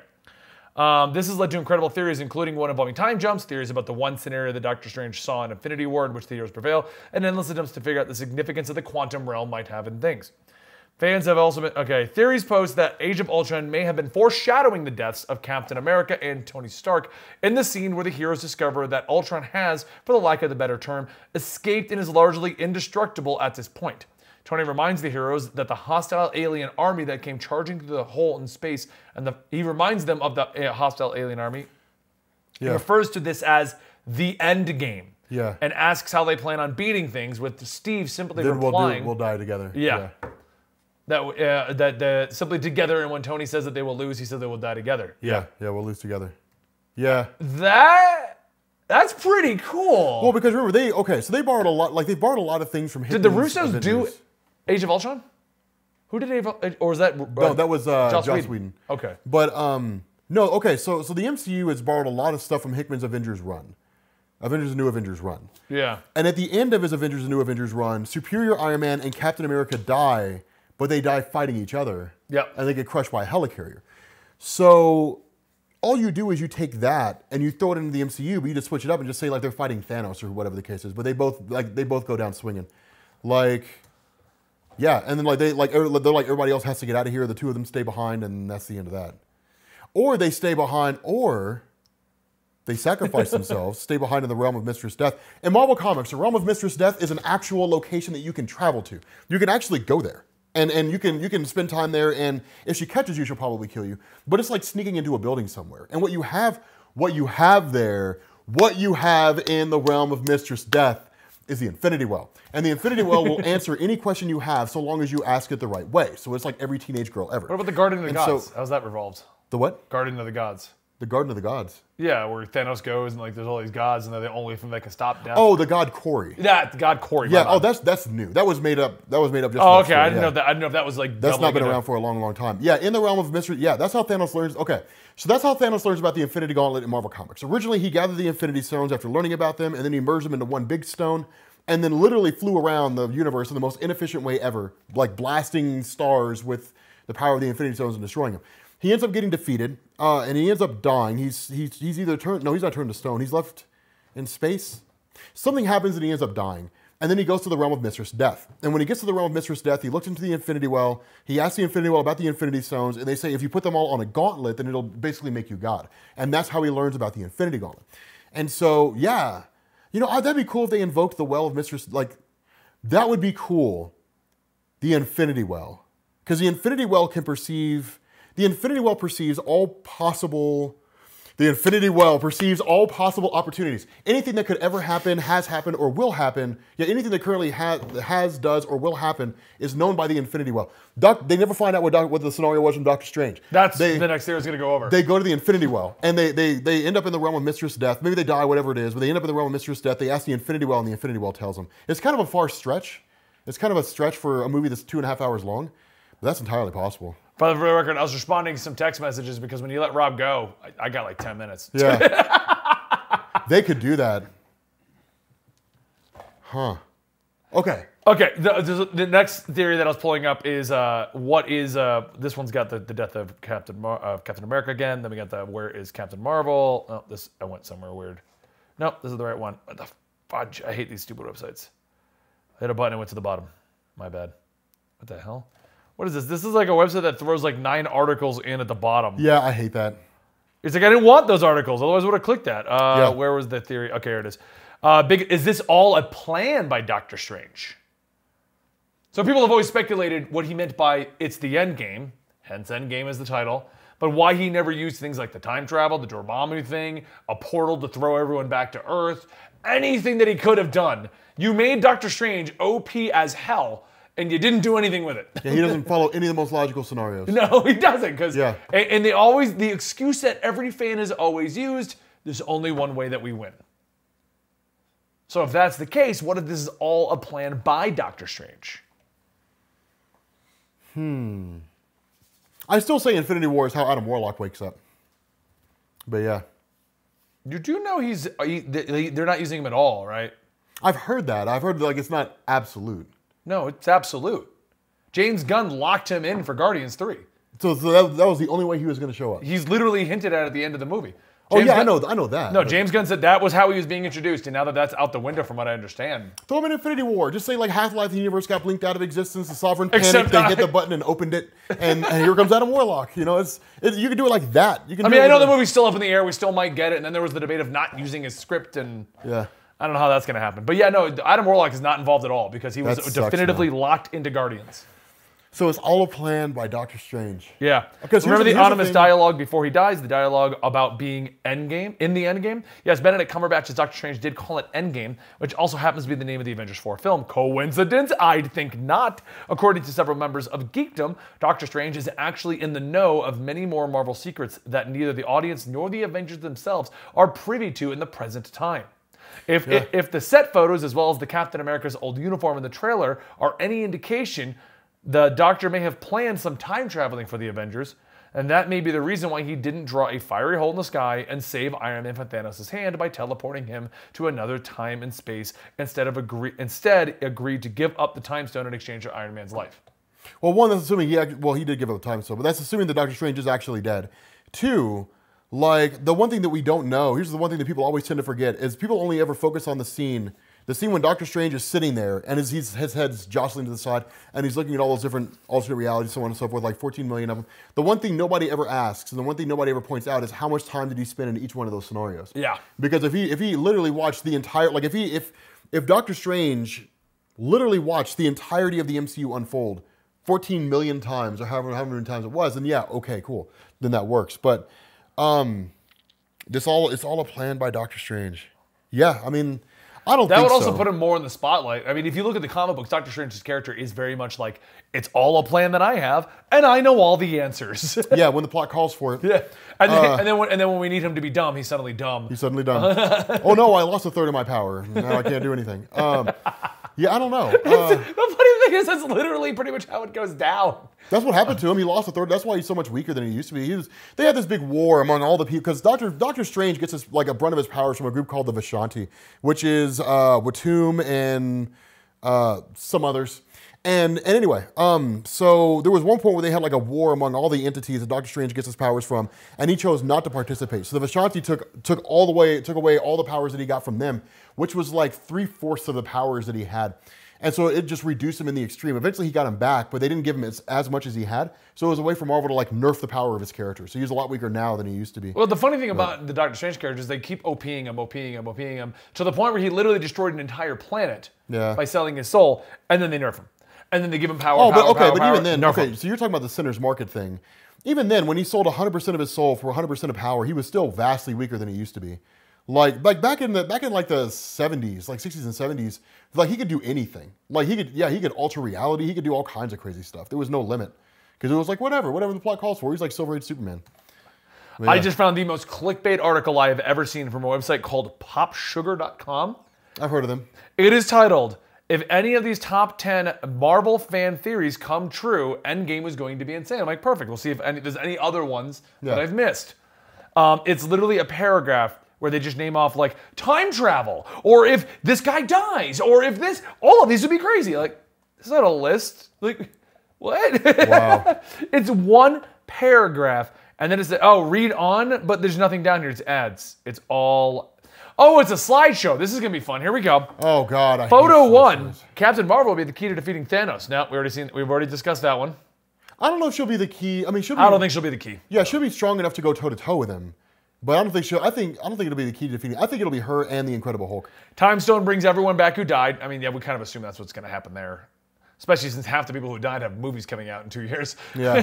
Speaker 1: Um, this has led to incredible theories, including one involving time jumps, theories about the one scenario that Doctor Strange saw in Infinity War in which the heroes prevail, and endless attempts to figure out the significance of the quantum realm might have in things. Fans have also been okay. Theories post that Age of Ultron may have been foreshadowing the deaths of Captain America and Tony Stark in the scene where the heroes discover that Ultron has, for the lack of the better term, escaped and is largely indestructible at this point. Tony reminds the heroes that the hostile alien army that came charging through the hole in space, and the, he reminds them of the uh, hostile alien army
Speaker 2: Yeah,
Speaker 1: refers to this as the end game.
Speaker 2: Yeah.
Speaker 1: And asks how they plan on beating things, with Steve simply
Speaker 2: then we'll do
Speaker 1: replying,
Speaker 2: it. We'll die together.
Speaker 1: yeah. That uh, that the simply together, and when Tony says that they will lose, he says they will die together. Mm-hmm.
Speaker 2: yeah, yeah, yeah. We'll lose together. Yeah,
Speaker 1: That That's pretty cool.
Speaker 2: Well, because remember they okay, so they borrowed a lot. Like they borrowed a lot of things from.
Speaker 1: Did the Russos do Age of Ultron? Who did Age of or was that?
Speaker 2: No, that was uh, Joss, Whedon.
Speaker 1: Okay.
Speaker 2: But um, no, okay. So so the MCU has borrowed a lot of stuff from Hickman's Avengers run, Avengers: New Avengers run.
Speaker 1: Yeah.
Speaker 2: And at the end of his Avengers: New Avengers run, Superior Iron Man and Captain America die, but they die fighting each other.
Speaker 1: Yep.
Speaker 2: And they get crushed by a helicarrier. So all you do is you take that and you throw it into the MCU, but you just switch it up and just say like they're fighting Thanos or whatever the case is. But they both like they both go down swinging, like. Yeah, and then like they like er- they're like everybody else has to get out of here. The two of them stay behind, and that's the end of that. Or they stay behind, or they sacrifice themselves, stay behind in the realm of Mistress Death. In Marvel Comics, the realm of Mistress Death is an actual location that you can travel to. You can actually go there. And, and you can you can spend time there and if she catches you she'll probably kill you but it's like sneaking into a building somewhere and what you have what you have there what you have in the realm of mistress death is the infinity well and the infinity well will answer any question you have so long as you ask it the right way so it's like every teenage girl ever
Speaker 1: What about the Garden of the
Speaker 2: And so-
Speaker 1: Gods? How's that revolved?
Speaker 2: the what
Speaker 1: Garden of the Gods.
Speaker 2: the garden of the gods
Speaker 1: Yeah, where Thanos goes and like there's all these gods and they're the only thing that can stop death.
Speaker 2: oh the god Corey.
Speaker 1: that God Corey. my
Speaker 2: Yeah.
Speaker 1: bad.
Speaker 2: Oh, that's that's new. That was made up. That was made up just.
Speaker 1: Uh-huh. Oh,
Speaker 2: for
Speaker 1: okay.
Speaker 2: story,
Speaker 1: I didn't
Speaker 2: yeah.
Speaker 1: know that. I didn't know if that was like
Speaker 2: That's not
Speaker 1: doubling it
Speaker 2: been around
Speaker 1: up.
Speaker 2: for a long, long time. Yeah, in the realm of mystery. Yeah, that's how Thanos learns. Okay, so that's how Thanos learns about the Infinity Gauntlet in Marvel Comics. Originally, he gathered the Infinity Stones after learning about them, and then he merged them into one big stone, and then literally flew around the universe in the most inefficient way ever, like blasting stars with the power of the Infinity Stones and destroying them. He ends up getting defeated, uh, and he ends up dying. He's he's he's either turned no, he's not turned to stone. He's left in space. Something happens and he ends up dying. And then he goes to the realm of Mistress Death. And when he gets to the realm of Mistress Death, he looks into the Infinity Well. He asks the Infinity Well about the Infinity Stones, and they say if you put them all on a gauntlet, then it'll basically make you God. And that's how he learns about the Infinity Gauntlet. And so, yeah, you know, ah, that'd be cool if they invoked the Well of Mistress. Like, that would be cool. The Infinity Well, because the Infinity Well can perceive. The Infinity Well perceives all possible. The Infinity Well perceives all possible opportunities. Anything that could ever happen, has happened, or will happen. Yet anything that currently ha- has, does, or will happen is known by the Infinity Well. Doc- they never find out what, doc- what the scenario was from Doctor Strange.
Speaker 1: That's
Speaker 2: they,
Speaker 1: the next series going to go over.
Speaker 2: they go to the Infinity Well and they, they they end up in the realm of Mistress Death. Maybe they die, whatever it is, but they end up in the realm of Mistress Death. They ask the Infinity Well, and the Infinity Well tells them. It's kind of a far stretch. It's kind of a stretch for a movie that's two and a half hours long, but that's entirely possible.
Speaker 1: By the record, I was responding to some text messages because when you let Rob go, I, I got like 10 minutes.
Speaker 2: Yeah. they could do that. Huh. Okay.
Speaker 1: Okay, the, the, the next theory that I was pulling up is uh, what is uh, this one's got the, the death of Captain Mar- uh, Captain America again. Then we got the where is Captain Marvel? Oh, this I went somewhere weird. No, this is the right one. What the fudge? I hate these stupid websites. I hit a button and went to the bottom. My bad. What the hell? What is this? This is like a website that throws like nine articles in at the bottom.
Speaker 2: Yeah, I hate that.
Speaker 1: It's like I didn't want those articles, otherwise I would have clicked that. Uh,
Speaker 2: Yeah.
Speaker 1: Where was the theory? Okay, here it is. Uh, big is this all a plan by Doctor Strange? So people have always speculated what he meant by "it's the end game," hence "end game" is the title. But why he never used things like the time travel, the Dormammu thing, a portal to throw everyone back to Earth, anything that he could have done. You made Doctor Strange OP as hell, and you didn't do anything with it.
Speaker 2: Yeah, he doesn't follow any of the most logical scenarios.
Speaker 1: No, he doesn't. Because
Speaker 2: Yeah.
Speaker 1: and, and they always the excuse that every fan has always used. There's only one way that we win. So if that's the case, what if this is all a plan by Doctor Strange?
Speaker 2: I still say Infinity War is how Adam Warlock wakes up. But yeah.
Speaker 1: You do know he's uh, are you- they- they- they're not using him at all, right?
Speaker 2: I've heard that. I've heard like it's not absolute.
Speaker 1: No, it's absolute. James Gunn locked him in for Guardians Three.
Speaker 2: So, so that, that was the only way he was going to show up.
Speaker 1: He's literally hinted at at the end of the movie.
Speaker 2: Oh
Speaker 1: James
Speaker 2: yeah, I
Speaker 1: Gunn-
Speaker 2: know, I know that.
Speaker 1: No,
Speaker 2: But
Speaker 1: James Gunn said that was how he was being introduced, and now that that's out the window, from what I understand.
Speaker 2: throw him in Infinity War. Just say like Half Life, the universe got blinked out of existence. The Sovereign panicked.
Speaker 1: Except
Speaker 2: they
Speaker 1: I-
Speaker 2: hit the button and opened it, and, and here comes Adam Warlock. You know, it's it, you can do it like that. You can.
Speaker 1: I mean, I know the
Speaker 2: movie.
Speaker 1: movie's still up in the air. We still might get it. And then there was the debate of not using his script, and
Speaker 2: Yeah.
Speaker 1: I don't know how that's going to happen. But yeah, no, Adam Warlock is not involved at all because he was
Speaker 2: That sucks,
Speaker 1: definitively locked into Guardians.
Speaker 2: So it's all a plan by Doctor Strange.
Speaker 1: Yeah.
Speaker 2: Because here's
Speaker 1: remember the
Speaker 2: the- here's the
Speaker 1: Onimus
Speaker 2: thing.
Speaker 1: dialogue before he dies, the dialogue about being endgame in the endgame. Yes, Benedict Cumberbatch's Doctor Strange did call it Endgame, which also happens to be the name of the Avengers 4 film. Coincidence? I'd think not. According to several members of Geekdom, Doctor Strange is actually in the know of many more Marvel secrets that neither the audience nor the Avengers themselves are privy to in the present time. If, if, if the set photos, as well as the Captain America's old uniform in the trailer, are any indication, the Doctor may have planned some time traveling for the Avengers, and that may be the reason why he didn't draw a fiery hole in the sky and save Iron Man from Thanos' hand by teleporting him to another time and space instead of agree- instead agreed to give up the time stone in exchange for Iron Man's life.
Speaker 2: Well, one, that's assuming he act- well he did give up time, so but that's assuming that Doctor Strange is actually dead. Two, like the one thing that we don't know here's the one thing that people always tend to forget is people only ever focus on the scene, the scene when Doctor Strange is sitting there and his he's, his head's jostling to the side and he's looking at all those different alternate realities, so on and so forth, like 14 million of them. The one thing nobody ever asks and the one thing nobody ever points out is how much time did he spend in each one of those scenarios?
Speaker 1: Yeah.
Speaker 2: Because if he if he literally watched the entire like if he if if Doctor Strange literally watched the entirety of the MCU unfold 14 million times or however however many times it was, then yeah, okay, cool. Then that works. But um this all it's all a plan by Doctor Strange. Yeah, I mean, I don't
Speaker 1: That
Speaker 2: think
Speaker 1: would also
Speaker 2: so.
Speaker 1: put him more in the spotlight. I mean, if you look at the comic books, Doctor Strange's character is very much like, it's all a plan that I have, and I know all the answers.
Speaker 2: yeah, when the plot calls for it.
Speaker 1: Yeah. And then, and, then when, and then when we need him to be dumb, he's suddenly dumb.
Speaker 2: Uh. He's suddenly done. oh no, I lost a third of my power. Now I can't do anything. Um, yeah, I don't know. Uh,
Speaker 1: the funny thing is, that's literally pretty much how it goes down.
Speaker 2: That's what happened to him. He lost a third. That's why he's so much weaker than he used to be. He was, they had this big war among all the people because Doctor Doctor Strange gets his, like a brunt of his powers from a group called the Vishanti, which is uh, Watum and uh, some others. And and anyway, um, so there was one point where they had like a war among all the entities that Doctor Strange gets his powers from, and he chose not to participate. So the Vishanti took took all the way took away all the powers that he got from them, which was like three fourths of the powers that he had. And so it just reduced him in the extreme. Eventually, he got him back, but they didn't give him as, as much as he had. So it was a way for Marvel to like nerf the power of his character. So he's a lot weaker now than he used to be.
Speaker 1: Well, the funny thing about the Doctor Strange character is they keep OPing him, OPing him, OPing him, to the point where he literally destroyed an entire planet
Speaker 2: Yeah.
Speaker 1: by selling his soul, and then they nerf him. And then they give him power.
Speaker 2: oh, but
Speaker 1: power,
Speaker 2: okay,
Speaker 1: power,
Speaker 2: but
Speaker 1: power,
Speaker 2: even then,
Speaker 1: nerf him.
Speaker 2: okay. So you're talking about the sinner's market thing. Even then, when he sold 100% of his soul for 100% of power, he was still vastly weaker than he used to be. Like like back in the back in like the 70s, like 60s and 70s, like he could do anything. Like he could yeah he could alter reality. He could do all kinds of crazy stuff. There was no limit because it was like whatever whatever the plot calls for. He's like Silver Age Superman.
Speaker 1: I just found the most clickbait article I have ever seen from a website called popsugar.com.
Speaker 2: I've heard of them.
Speaker 1: It is titled, If Any of These Top 10 Marvel Fan Theories Come True, Endgame is Going to Be Insane. I'm like, perfect. We'll see if any, there's any other ones that
Speaker 2: Yeah.
Speaker 1: I've missed. Um, it's literally a paragraph where they just name off, like, time travel, or if this guy dies, or if this, all of these would be crazy. Like, it's not a list. Like, what?
Speaker 2: Wow.
Speaker 1: it's one paragraph, and then it's, oh, read on, but there's nothing down here. It's ads. It's all. Oh, it's a slideshow. This is gonna be fun. Here we go.
Speaker 2: Oh God! I hate
Speaker 1: Photo
Speaker 2: slideshows.
Speaker 1: one, Captain Marvel will be the key to defeating Thanos. No, we already seen, we've already discussed that
Speaker 2: Hmm.
Speaker 1: one.
Speaker 2: I don't know if she'll be the key. I mean, she'll be.
Speaker 1: I don't think she'll be the key.
Speaker 2: yeah, she'll be strong enough to go toe to toe with him, but I don't think she'll. I think I don't think it'll be the key to defeating. I think it'll be her and the Incredible Hulk.
Speaker 1: Time Stone brings everyone back who died. I mean, yeah, we kind of assume that's what's going to happen there, especially since half the people who died have movies coming out in two years.
Speaker 2: Yeah.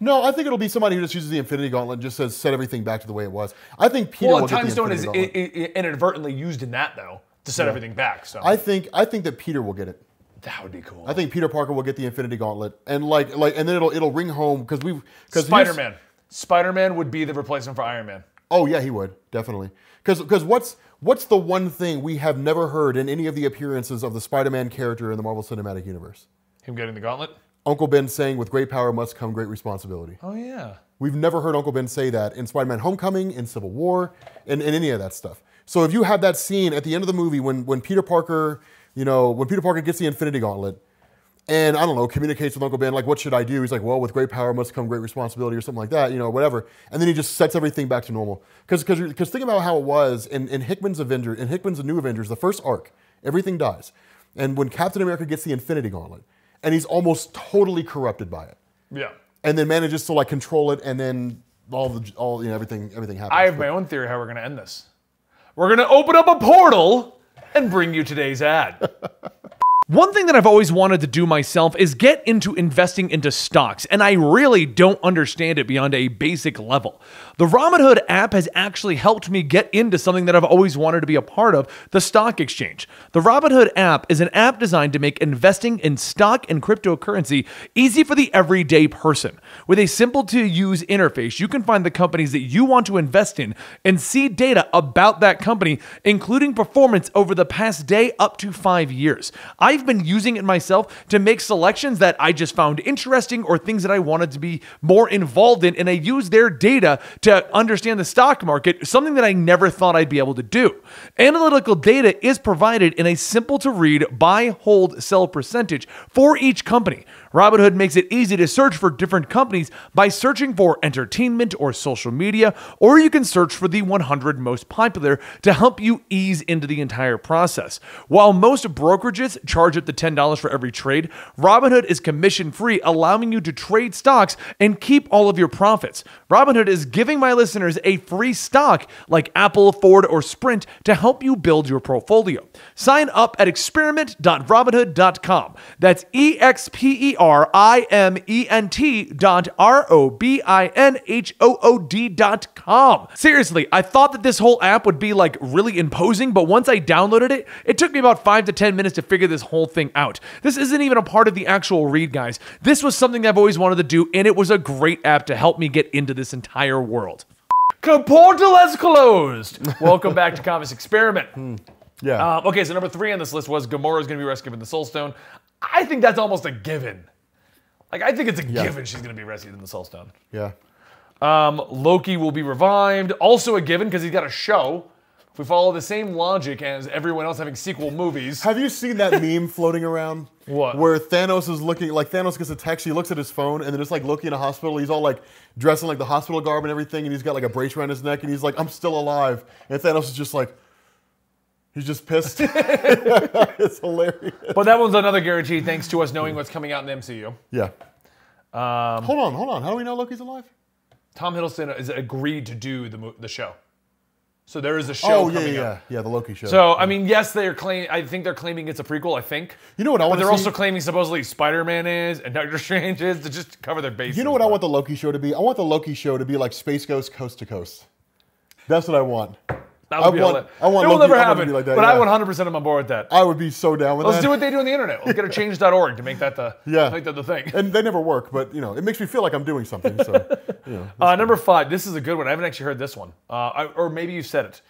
Speaker 2: no, I think it'll be somebody who just uses the Infinity Gauntlet and just says set everything back to the way it was. I think Peter
Speaker 1: Well,
Speaker 2: will get
Speaker 1: Time
Speaker 2: the
Speaker 1: Stone
Speaker 2: Infinity
Speaker 1: is i
Speaker 2: Gauntlet.
Speaker 1: i- inadvertently used in that though to set everything back. So
Speaker 2: I think I think that Peter will get it.
Speaker 1: that would be cool.
Speaker 2: I think Peter Parker will get the Infinity Gauntlet, and like like, and then it'll it'll ring home because we've because
Speaker 1: Spider Man. Spider Man would be the replacement for Iron Man.
Speaker 2: Oh yeah, he would definitely. Because what's what's the one thing we have never heard in any of the appearances of the Spider-Man character in the Marvel Cinematic Universe?
Speaker 1: Him getting the gauntlet.
Speaker 2: Uncle Ben saying, "With great power must come great responsibility."
Speaker 1: Oh yeah.
Speaker 2: We've never heard Uncle Ben say that in Spider-Man: Homecoming, in Civil War, in, in any of that stuff. So if you have that scene at the end of the movie when when Peter Parker, you know, when Peter Parker gets the Infinity Gauntlet, and I don't know, communicates with Uncle Ben like, "What should I do?" He's like, "Well, with great power must come great responsibility," or something like that, you know, whatever. And then he just sets everything back to normal. Because because think about how it was in, in Hickman's Avenger, in Hickman's New Avengers, the first arc, everything dies, and when Captain America gets the Infinity Gauntlet, and he's almost totally corrupted by it
Speaker 1: Yeah.
Speaker 2: and then manages to like control it, and then all the all you know everything everything happens.
Speaker 1: I have my own theory how we're going to end this. We're going to open up a portal and bring you today's ad. One thing that I've always wanted to do myself is get into investing into stocks, and I really don't understand it beyond a basic level. The Robinhood app has actually helped me get into something that I've always wanted to be a part of the stock exchange. The Robinhood app is an app designed to make investing in stock and cryptocurrency easy for the everyday person. With a simple to use interface, you can find the companies that you want to invest in and see data about that company, including performance over the past day up to five years. I've been using it myself to make selections that I just found interesting or things that I wanted to be more involved in. And I use their data to understand the stock market, something that I never thought I'd be able to do. Analytical data is provided in a simple to read buy, hold, sell percentage for each company. Robinhood makes it easy to search for different companies by searching for entertainment or social media, or you can search for the 100 most popular to help you ease into the entire process. While most brokerages charge up to $10 for every trade, Robinhood is commission free, allowing you to trade stocks and keep all of your profits. Robinhood is giving my listeners a free stock like Apple, Ford, or Sprint to help you build your portfolio. Sign up at experiment.robinhood.com. That's E X P E R I M E N T dot R O B I N H O O D dot com. Seriously, I thought that this whole app would be like really imposing, but once I downloaded it, it took me about five to 10 minutes to figure this whole thing out. This isn't even a part of the actual read, guys. This was something I've always wanted to do, and it was a great app to help me get into this entire world. Portal has closed. Welcome back to Comics Experiment.
Speaker 2: Yeah.
Speaker 1: Uh, okay, so number three on this list was Gamora is going to be rescued from the Soul Stone. I think that's almost a given. Like, I think it's a given she's going to be rescued in the Soul Stone.
Speaker 2: yeah.
Speaker 1: Um, Loki will be revived. Also a given because he's got a show. If we follow the same logic as everyone else having sequel movies,
Speaker 2: Have you seen that meme floating around?
Speaker 1: What?
Speaker 2: Where Thanos is looking, like Thanos gets a text, he looks at his phone, and then it's like Loki in a hospital. He's all like dressed in like the hospital garb and everything, and he's got like a brace around his neck, and he's like, I'm still alive. And Thanos is just like, he's just pissed. it's hilarious.
Speaker 1: but that one's another guarantee thanks to us knowing what's coming out in the MCU.
Speaker 2: Yeah.
Speaker 1: Um,
Speaker 2: hold on, hold on. How do we know Loki's alive?
Speaker 1: Tom Hiddleston has agreed to do the mo- the show, so there is a show
Speaker 2: Oh, yeah, yeah,
Speaker 1: coming
Speaker 2: yeah.
Speaker 1: up.
Speaker 2: Yeah, the Loki show.
Speaker 1: So I mean, yes, they're claim. I think they're claiming it's a prequel. I think.
Speaker 2: you know what I want
Speaker 1: But
Speaker 2: to
Speaker 1: they're
Speaker 2: see?
Speaker 1: also claiming supposedly Spider-Man is and Doctor Strange is to just cover their bases.
Speaker 2: you know what I want the Loki show to be? I want the Loki show to be like Space Ghost Coast to Coast. That's what I want.
Speaker 1: That would
Speaker 2: I
Speaker 1: be
Speaker 2: want-
Speaker 1: hilarious.
Speaker 2: I want
Speaker 1: it will
Speaker 2: Loki-
Speaker 1: never
Speaker 2: I want it to
Speaker 1: happen.
Speaker 2: be like that,
Speaker 1: but I
Speaker 2: yeah.
Speaker 1: 100 percent am on board with that.
Speaker 2: I would be so down with
Speaker 1: Let's
Speaker 2: that.
Speaker 1: do what they do on the internet. Let's get a change.org to make that the
Speaker 2: Yeah.
Speaker 1: make that the thing.
Speaker 2: and they never work, but you know, it makes me feel like I'm doing something. So,
Speaker 1: Uh, number five. This is a good one. I haven't actually heard this one, uh, I, or maybe you said it.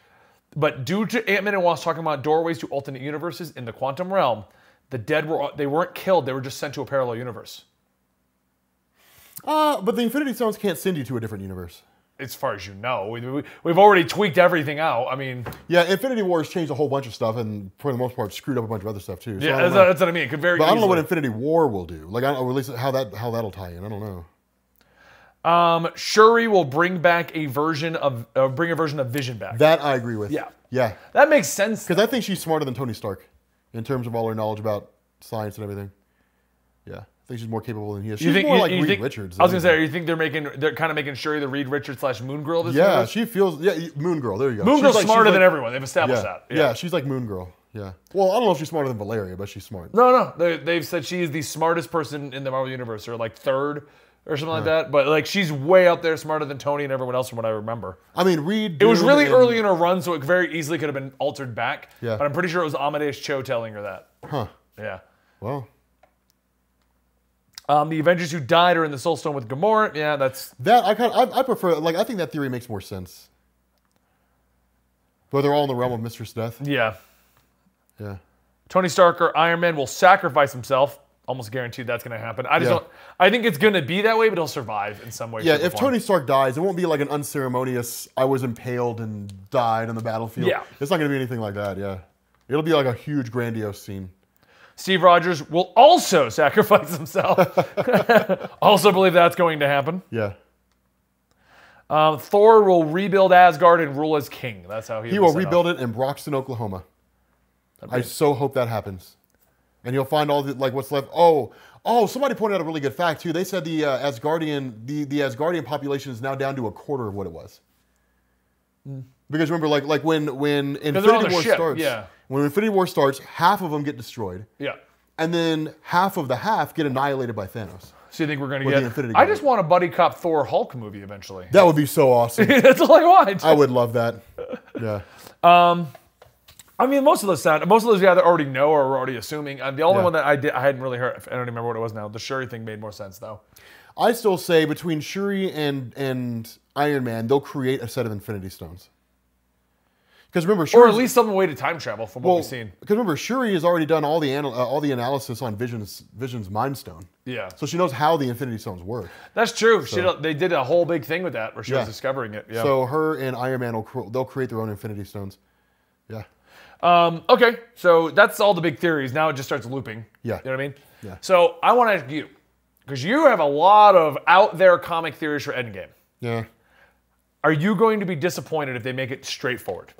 Speaker 1: But due to Ant Man and Wasp talking about doorways to alternate universes in the quantum realm, the dead were they weren't killed. They were just sent to a parallel universe.
Speaker 2: uh, but the Infinity Stones can't send you to a different universe.
Speaker 1: As far as you know, we, we, we've already tweaked everything out. I mean,
Speaker 2: Yeah, Infinity Wars changed a whole bunch of stuff, and for the most part, screwed up a bunch of other stuff too. So I
Speaker 1: yeah,
Speaker 2: don't
Speaker 1: that's,
Speaker 2: know.
Speaker 1: that's what I mean. It could very.
Speaker 2: but I don't know what
Speaker 1: easily-
Speaker 2: Infinity War will do. Like, I don't, or at least how that how that'll tie in. I don't know.
Speaker 1: um, Shuri will bring back a version of uh, bring a version of Vision back. That,
Speaker 2: That I agree with.
Speaker 1: Yeah.
Speaker 2: yeah,
Speaker 1: makes sense.
Speaker 2: because I think she's smarter than Tony Stark in terms of all her knowledge about science and everything. Yeah, I think she's more capable than he is. She's
Speaker 1: You think-
Speaker 2: more
Speaker 1: you-
Speaker 2: like
Speaker 1: you
Speaker 2: Reed
Speaker 1: think-
Speaker 2: Richards.
Speaker 1: I was
Speaker 2: than
Speaker 1: gonna say, you think they're making they're kind of making Shuri the Reed Richards slash Moon Girl this
Speaker 2: anything. yeah,
Speaker 1: universe?
Speaker 2: she feels yeah Moon Girl. There you go.
Speaker 1: Moon
Speaker 2: She's
Speaker 1: Girl's
Speaker 2: like- she's
Speaker 1: smarter
Speaker 2: like-
Speaker 1: than everyone. They've established
Speaker 2: Yeah.
Speaker 1: that.
Speaker 2: yeah, she's like Moon Girl. Yeah. Well, I don't know if she's smarter than Valeria, but she's smart.
Speaker 1: No, no. They, they've said she is the smartest person in the Marvel Universe, or like third, or something like that. But like she's way up there, smarter than Tony and everyone else, from what I remember.
Speaker 2: I mean, Reed.
Speaker 1: It was really early in her run, so it very easily could have been altered back.
Speaker 2: Yeah.
Speaker 1: But I'm pretty sure it was Amadeus Cho telling her that.
Speaker 2: Huh.
Speaker 1: Yeah.
Speaker 2: Well,
Speaker 1: Um, the Avengers who died are in the Soul Stone with Gamora. Yeah, that's
Speaker 2: that I kind of I, I prefer. Like, I think that theory makes more sense. But they're all in the realm of Mistress Death.
Speaker 1: yeah.
Speaker 2: Yeah.
Speaker 1: Tony Stark or Iron Man will sacrifice himself. Almost guaranteed that's going to happen. I just
Speaker 2: Yeah.
Speaker 1: don't. I think it's going to be that way, but he'll survive in some way.
Speaker 2: Yeah.
Speaker 1: shape, or
Speaker 2: If
Speaker 1: form.
Speaker 2: Tony Stark dies, it won't be like an unceremonious "I was impaled and died on the battlefield."
Speaker 1: Yeah.
Speaker 2: It's not going to be anything like that. Yeah. It'll be like a huge grandiose scene.
Speaker 1: Steve Rogers will also sacrifice himself. also believe that's going to happen.
Speaker 2: Yeah.
Speaker 1: Um, Thor will rebuild Asgard and rule as king. That's how he,
Speaker 2: He
Speaker 1: was
Speaker 2: will
Speaker 1: set up.
Speaker 2: rebuild it in Broxton, Oklahoma. I so hope that happens. And he'll find all the like what's left. Oh, oh! Somebody pointed out a really good fact too. They said the uh, Asgardian the the Asgardian population is now down to a quarter of what it was. Because remember, like like when when
Speaker 1: Hmm. they're on
Speaker 2: Infinity
Speaker 1: the
Speaker 2: War
Speaker 1: ship,
Speaker 2: starts,
Speaker 1: yeah.
Speaker 2: when Infinity War starts, half of them get destroyed,
Speaker 1: Yeah.
Speaker 2: and then half of the half get annihilated by Thanos.
Speaker 1: So you think we're gonna
Speaker 2: the
Speaker 1: get?
Speaker 2: Infinity
Speaker 1: I
Speaker 2: Gauntlet.
Speaker 1: just want a buddy cop Thor Hulk movie eventually.
Speaker 2: That would be so awesome.
Speaker 1: That's all I want.
Speaker 2: I
Speaker 1: I,
Speaker 2: would love that. Yeah.
Speaker 1: mean, most of those sound, most of those you either already know or we're already assuming. Uh, the only
Speaker 2: Yeah.
Speaker 1: one that I did, I hadn't really heard. I don't remember what it was now. The Shuri thing made more sense though.
Speaker 2: I still say between Shuri and and Iron Man, they'll create a set of Infinity Stones. Because remember, Shuri
Speaker 1: Or at least some way to time travel from what we've seen.
Speaker 2: Because remember, Shuri has already done all the anal- uh, all the analysis on Vision's Vision's Mind Stone,
Speaker 1: Yeah,
Speaker 2: so she knows how the Infinity Stones work.
Speaker 1: that's true. She did- they did a whole big thing with that where she
Speaker 2: Yeah.
Speaker 1: was discovering it. Yeah.
Speaker 2: So her and Iron Man will cr- they'll create their own Infinity Stones. Yeah.
Speaker 1: Um, okay, so that's all the big theories. Now it just starts looping.
Speaker 2: Yeah.
Speaker 1: You know what I mean?
Speaker 2: Yeah.
Speaker 1: So I want to ask you, because you have a lot of out there comic theories for Endgame.
Speaker 2: Yeah.
Speaker 1: Are you going to be disappointed if they make it straightforward?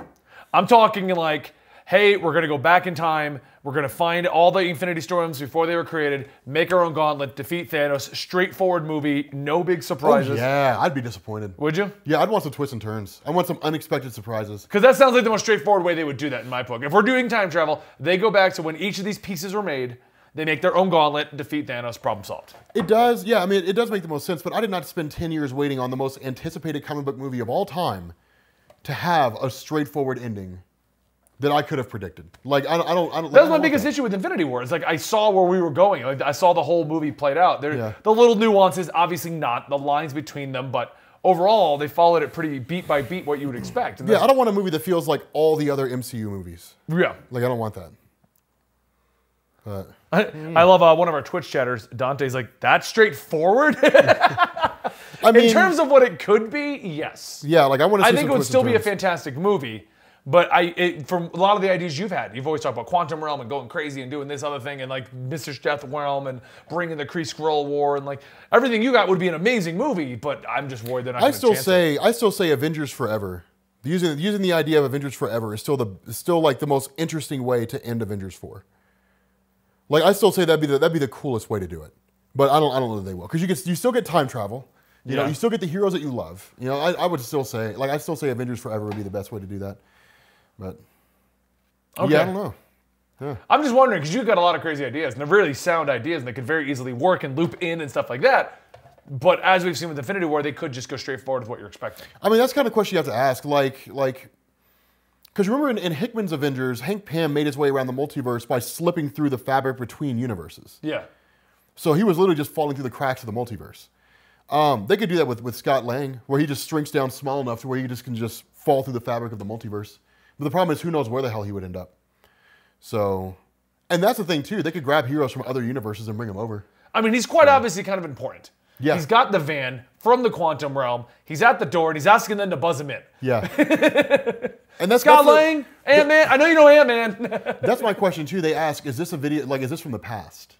Speaker 1: I'm talking like, hey, we're going to go back in time. We're going to find all the Infinity Storms before they were created, make our own gauntlet, defeat Thanos, straightforward movie, no big surprises.
Speaker 2: Oh, Yeah, I'd be disappointed.
Speaker 1: Would you?
Speaker 2: Yeah, I'd want some twists and turns. I want some unexpected surprises.
Speaker 1: Because that sounds like the most straightforward way they would do that in my book. If we're doing time travel, they go back to when each of these pieces were made, they make their own gauntlet, defeat Thanos, problem solved.
Speaker 2: It does, yeah. I mean, it does make the most sense. But I did not spend ten years waiting on the most anticipated comic book movie of all time to have a straightforward ending that I could have predicted. Like, I, don't- I don't. I don't
Speaker 1: That was my biggest issue with Infinity War. It's like I saw where we were going. Like I saw the whole movie played out. There,
Speaker 2: Yeah.
Speaker 1: the little nuances, obviously not the lines between them, but overall they followed it pretty beat by beat what you would expect. And
Speaker 2: Yeah, I don't want a movie that feels like all the other MCU movies.
Speaker 1: that's- yeah.
Speaker 2: Like, I don't want that. But
Speaker 1: I, I love uh, one of our Twitch chatters. Dante's like that's straightforward in
Speaker 2: I mean,
Speaker 1: terms of what it could be. Yes.
Speaker 2: yeah, like I want to.
Speaker 1: I think it would still be a fantastic movie, but I it, from a lot of the ideas you've had, you've always talked about quantum realm and going crazy and doing this other thing and like Mr. Death realm and bringing the Kree Skrull War and like everything you got would be an amazing movie, but I'm just worried they're not.
Speaker 2: I
Speaker 1: gonna
Speaker 2: still
Speaker 1: chance it.
Speaker 2: say I still say Avengers Forever. Using using the idea of Avengers Forever is still the is still like the most interesting way to end Avengers Four. Like I still say that'd be the, that'd be the coolest way to do it, but I don't I don't know that they will because you get you still get time travel. You know,
Speaker 1: Yeah.
Speaker 2: you still get the heroes that you love. You know, I, I would still say like I still say Avengers Forever would be the best way to do that, but yeah, I don't know.
Speaker 1: I'm just wondering because you've got a lot of crazy ideas and they're really sound ideas and they could very easily work and loop in and stuff like that. But as we've seen with Infinity War, they could just go straight forward with what you're expecting.
Speaker 2: I mean, that's the kind of question you have to ask. Like, like, because remember in, in Hickman's Avengers, Hank Pym made his way around the multiverse by slipping through the fabric between universes.
Speaker 1: Yeah.
Speaker 2: So he was literally just falling through the cracks of the multiverse. Um, they could do that with, with Scott Lang, where he just shrinks down small enough to where he just can just fall through the fabric of the multiverse. But the problem is, who knows where the hell he would end up. So, and that's the thing too. They could grab heroes from other universes and bring them over.
Speaker 1: I mean, he's quite obviously kind of important.
Speaker 2: Yeah.
Speaker 1: He's got the van from the quantum realm. He's at the door and he's asking them to buzz him in.
Speaker 2: Yeah. and that's
Speaker 1: Scott
Speaker 2: that's the-
Speaker 1: Lang, Ant Man. I know you know Ant Man.
Speaker 2: That's my question too. They ask, "Is this a video? Like, is this from the past?"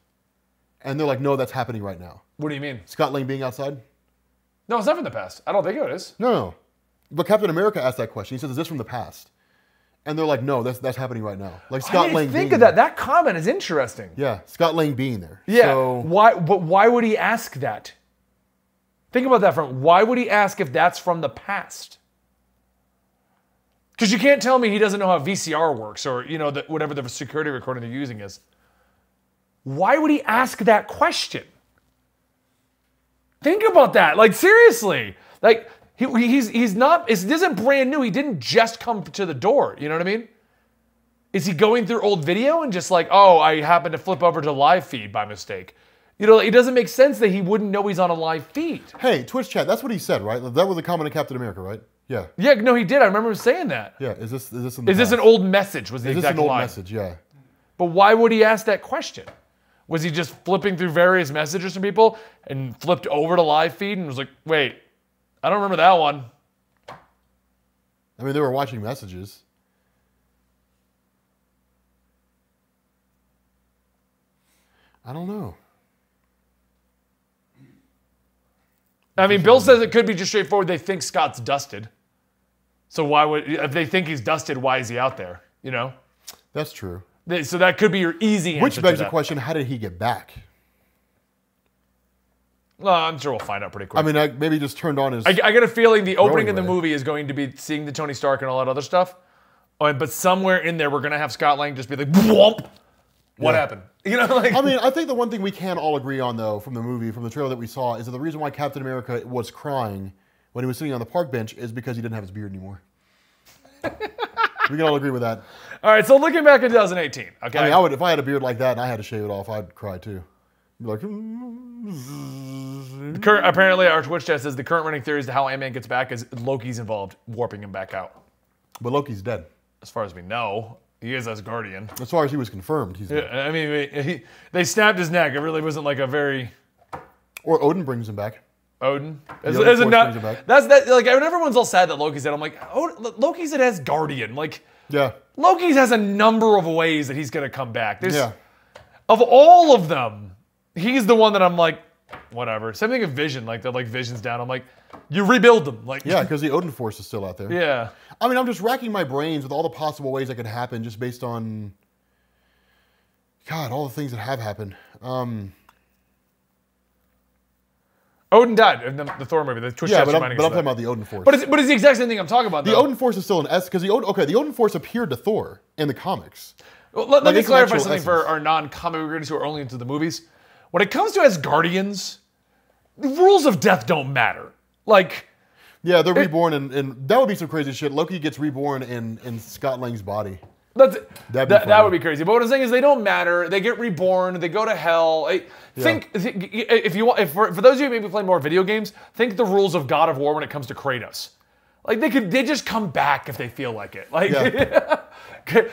Speaker 2: And they're like, "No, that's happening right now."
Speaker 1: what do you mean?
Speaker 2: Scott Lang being outside?
Speaker 1: No, it's not from the past. I don't think it is.
Speaker 2: No, no. But Captain America asked that question. He says, "Is this from the past?" And they're like, "No, that's that's happening right now." Like Scott
Speaker 1: I didn't
Speaker 2: Lang.
Speaker 1: think
Speaker 2: being
Speaker 1: of that. That comment is interesting.
Speaker 2: There. Yeah, Scott Lang being there.
Speaker 1: Yeah.
Speaker 2: So,
Speaker 1: Why? But why would he ask that? Think about that from. Why would he ask if that's from the past? Because you can't tell me he doesn't know how VCR works or you know the, whatever the security recording they're using is. Why would he ask that question? Think about that. Like seriously. Like he, he's he's not. This isn't brand new. He didn't just come to the door. You know what I mean? Is he going through old video and just like, oh, I happened to flip over to live feed by mistake? You know, it doesn't make sense that he wouldn't know he's on a live feed.
Speaker 2: hey, Twitch chat. That's what he said, right? That was a comment of Captain America, right? Yeah.
Speaker 1: Yeah, no, he did. I remember him saying that.
Speaker 2: Yeah. Is this is this in the
Speaker 1: Is this an
Speaker 2: past?
Speaker 1: old message? Was the
Speaker 2: Is this
Speaker 1: exact
Speaker 2: an old
Speaker 1: line.
Speaker 2: message? Yeah.
Speaker 1: But why would he ask that question? Was he just flipping through various messages from people and flipped over to live feed and was like, wait, I don't remember that one.
Speaker 2: I mean, they were watching messages. I don't know.
Speaker 1: I mean, Bill says it could be just straightforward. They think Scott's dusted. So why would if they think he's dusted, why is he out there? You know?
Speaker 2: That's true.
Speaker 1: They- So that could be your easy answer.
Speaker 2: Which
Speaker 1: to
Speaker 2: begs the
Speaker 1: that.
Speaker 2: question: How did he get back?
Speaker 1: Well, I'm sure we'll find out pretty quick.
Speaker 2: I mean, I, maybe he just turned on his.
Speaker 1: I, I get a feeling the opening of the
Speaker 2: way.
Speaker 1: movie is going to be seeing the Tony Stark and all that other stuff. Oh, and- But somewhere in there, we're going to have Scott Lang just be like, "Bwomp," What happened? You know, like
Speaker 2: I mean, I think the one thing we can all agree on, though, from the movie, from the trailer that we saw, is that the reason why Captain America was crying when he was sitting on the park bench is because he didn't have his beard anymore. we can all agree with that.
Speaker 1: All right, so looking back at 2018, okay,
Speaker 2: I mean, I would if I had a beard like that and I had to shave it off, I'd cry too. Be like, "Mm."
Speaker 1: the current, apparently our Twitch chat says the current running theory as to how Ant-Man gets back is Loki's involved, warping him back out.
Speaker 2: but Loki's dead.
Speaker 1: As far as we know, he is as Guardian.
Speaker 2: As far as he was confirmed, he's dead.
Speaker 1: I mean, we- he, they snapped his neck. It really wasn't like a very
Speaker 2: Or Odin brings him back.
Speaker 1: Odin. As,
Speaker 2: Yeah, the
Speaker 1: as a
Speaker 2: Force
Speaker 1: not,
Speaker 2: brings it back.
Speaker 1: that's that. Like when everyone's all sad that Loki's dead, I'm like, oh, Loki's it as Guardian. Like
Speaker 2: Yeah.
Speaker 1: Loki's has a number of ways that he's gonna come back. There's,
Speaker 2: Yeah.
Speaker 1: of all of them, he's the one that I'm like, whatever. Same thing with Vision. Like the like Vision's down. I'm like, you rebuild them. Like
Speaker 2: Yeah, because the Odin force is still out there.
Speaker 1: yeah.
Speaker 2: I mean, I'm just racking my brains with all the possible ways that could happen just based on, God, all the things that have happened. Um,
Speaker 1: Odin died in the, the Thor movie. The Twitch
Speaker 2: yeah,
Speaker 1: chat's
Speaker 2: but I'm,
Speaker 1: reminding
Speaker 2: but
Speaker 1: us
Speaker 2: I'm
Speaker 1: of
Speaker 2: talking
Speaker 1: that.
Speaker 2: about the Odin force.
Speaker 1: But uh, it's, but it's the exact same thing I'm talking about.
Speaker 2: the
Speaker 1: though.
Speaker 2: Odin force is still an S because the Odin, okay, the Odin force appeared to Thor in the comics.
Speaker 1: Well, let, let
Speaker 2: Like,
Speaker 1: me
Speaker 2: it's an
Speaker 1: clarify
Speaker 2: actual
Speaker 1: something for
Speaker 2: essence.
Speaker 1: our non-comic book readers who are only into the movies. When it comes to as guardians, the rules of death don't matter. Like,
Speaker 2: Yeah, they're reborn, and, and that would be some crazy shit. Loki gets reborn in, in Scott Lang's body.
Speaker 1: that's,
Speaker 2: That'd be
Speaker 1: that, that
Speaker 2: funny.
Speaker 1: would be crazy. But what I'm saying is they don't matter. They get reborn. They go to hell. I, think, think- if you want, if for, for those of you who maybe play more video games, think the rules of God of War when it comes to Kratos. Like they could, they just come back if they feel like it. Like,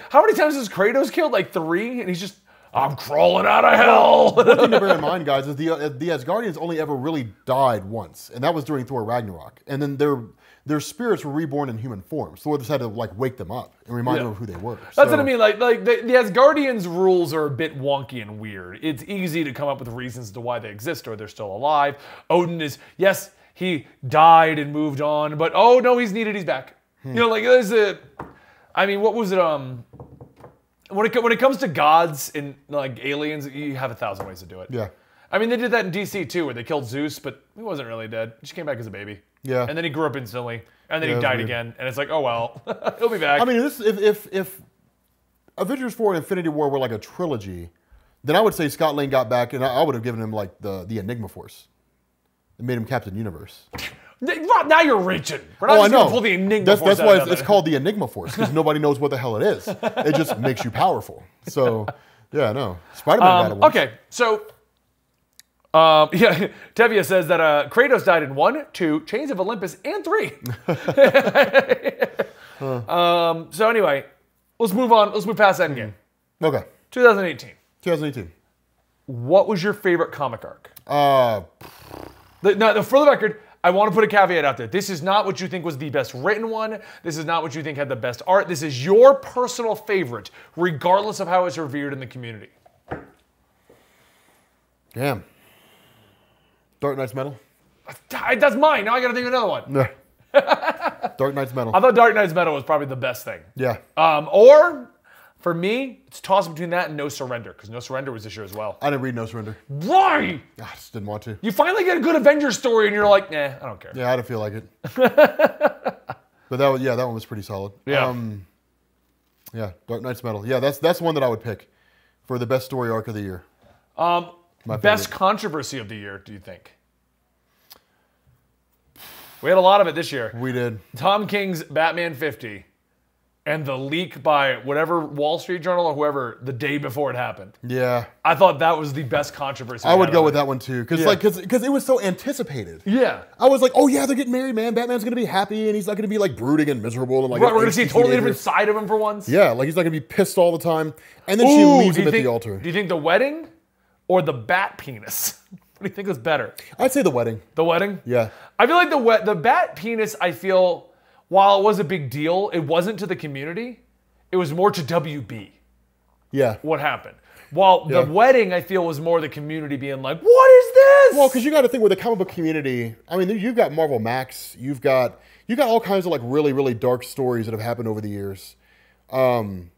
Speaker 1: how many times is Kratos killed? Like three, and he's just, I'm crawling out of hell.
Speaker 2: thing to bear in mind, guys, is the uh, the Asgardians only ever really died once, and that was during Thor Ragnarok. And then their their spirits were reborn in human form. So Thor just had to like wake them up and remind
Speaker 1: Yeah.
Speaker 2: them of who they were.
Speaker 1: That's what I mean. Like, like the, the Asgardians' rules are a bit wonky and weird. It's easy to come up with reasons to why they exist or they're still alive. Odin is yes, he died and moved on, but oh no, he's needed. He's back. You know, like there's a. I mean, what was it? Um, when it co- when it comes to gods and like aliens, you have a thousand ways to do it.
Speaker 2: Yeah.
Speaker 1: I mean, they did that in DC too, where they killed Zeus, but he wasn't really dead. He just came back as a baby.
Speaker 2: Yeah.
Speaker 1: And then he grew up instantly, and then
Speaker 2: Yeah,
Speaker 1: he
Speaker 2: it's
Speaker 1: died
Speaker 2: weird.
Speaker 1: again, and it's like, oh well, he'll be back.
Speaker 2: I mean, this if if if Avengers Four and Infinity War were like a trilogy, then I would say Scott Lang got back, and I, I would have given him like the the Enigma Force. It made him Captain Universe.
Speaker 1: Th- Rob, now you're reaching. We're not
Speaker 2: oh, I
Speaker 1: just gonna
Speaker 2: know.
Speaker 1: pull the enigma.
Speaker 2: that's
Speaker 1: force
Speaker 2: that's
Speaker 1: out
Speaker 2: why
Speaker 1: of
Speaker 2: it's, it's
Speaker 1: nothing.
Speaker 2: called the Enigma Force because nobody knows what the hell it is. It just makes you powerful. So, yeah, no. Spider-Man got it
Speaker 1: Um,
Speaker 2: once.
Speaker 1: okay, so. Um, yeah, Tevia says that uh, Kratos died in one, two, Chains of Olympus, and three. um, so anyway, let's move on. Let's move past Endgame.
Speaker 2: Okay.
Speaker 1: 2018.
Speaker 2: 2018.
Speaker 1: What was your favorite comic arc?
Speaker 2: Uh,
Speaker 1: The- Now, the- for the record, I want to put a caveat out there. This is not what you think was the best written one. This is not what you think had the best art. This is your personal favorite, regardless of how it's revered in the community.
Speaker 2: damn. Dark Knight's Metal?
Speaker 1: I- That's mine. Now I got to think of another one.
Speaker 2: No. Dark Knight's Metal.
Speaker 1: I thought Dark Knight's Metal was probably the best thing.
Speaker 2: yeah.
Speaker 1: Um, or for me, it's a toss between that and No Surrender because No Surrender was this year as well.
Speaker 2: I didn't read No Surrender.
Speaker 1: Why?
Speaker 2: I just didn't want to.
Speaker 1: You finally get a good Avengers story and you're like, nah, I don't care.
Speaker 2: Yeah, I didn't feel like it. but that was, yeah, that one was pretty solid.
Speaker 1: Yeah.
Speaker 2: Um, yeah, Dark Knight's Metal. Yeah, that's that's one that I would pick for the best story arc of the year.
Speaker 1: Um,
Speaker 2: My
Speaker 1: best
Speaker 2: favorite.
Speaker 1: controversy of the year, do you think? We had a lot of it this year.
Speaker 2: We did.
Speaker 1: Tom King's Batman 50 and the leak by whatever Wall Street Journal or whoever the day before it happened.
Speaker 2: Yeah.
Speaker 1: I thought that was the best controversy.
Speaker 2: I would go with that one too, because like, cause, 'cause it was so anticipated.
Speaker 1: Yeah.
Speaker 2: I was like, oh yeah, they're getting married, man. Batman's gonna be happy, and he's not gonna be like brooding and miserable, and like
Speaker 1: Right,
Speaker 2: an
Speaker 1: we're gonna see a
Speaker 2: angsty
Speaker 1: totally
Speaker 2: teenager.
Speaker 1: different side of him for once.
Speaker 2: Yeah, like he's not gonna be pissed all the time. And then
Speaker 1: Ooh,
Speaker 2: she leaves
Speaker 1: do
Speaker 2: him
Speaker 1: you
Speaker 2: at
Speaker 1: think-
Speaker 2: the altar.
Speaker 1: Do you think the wedding or the bat penis? What do you think was better?
Speaker 2: I'd say the wedding.
Speaker 1: The wedding?
Speaker 2: Yeah.
Speaker 1: I feel like the wet the bat penis, I feel, while it was a big deal, it wasn't to the community. It was more to WB.
Speaker 2: Yeah.
Speaker 1: What happened? While
Speaker 2: Yeah.
Speaker 1: the wedding, I feel, was more the community being like, what is this?
Speaker 2: Well, because you got to think with the comic book community. I mean, you've got Marvel Max. You've got you got all kinds of like really really dark stories that have happened over the years. Um,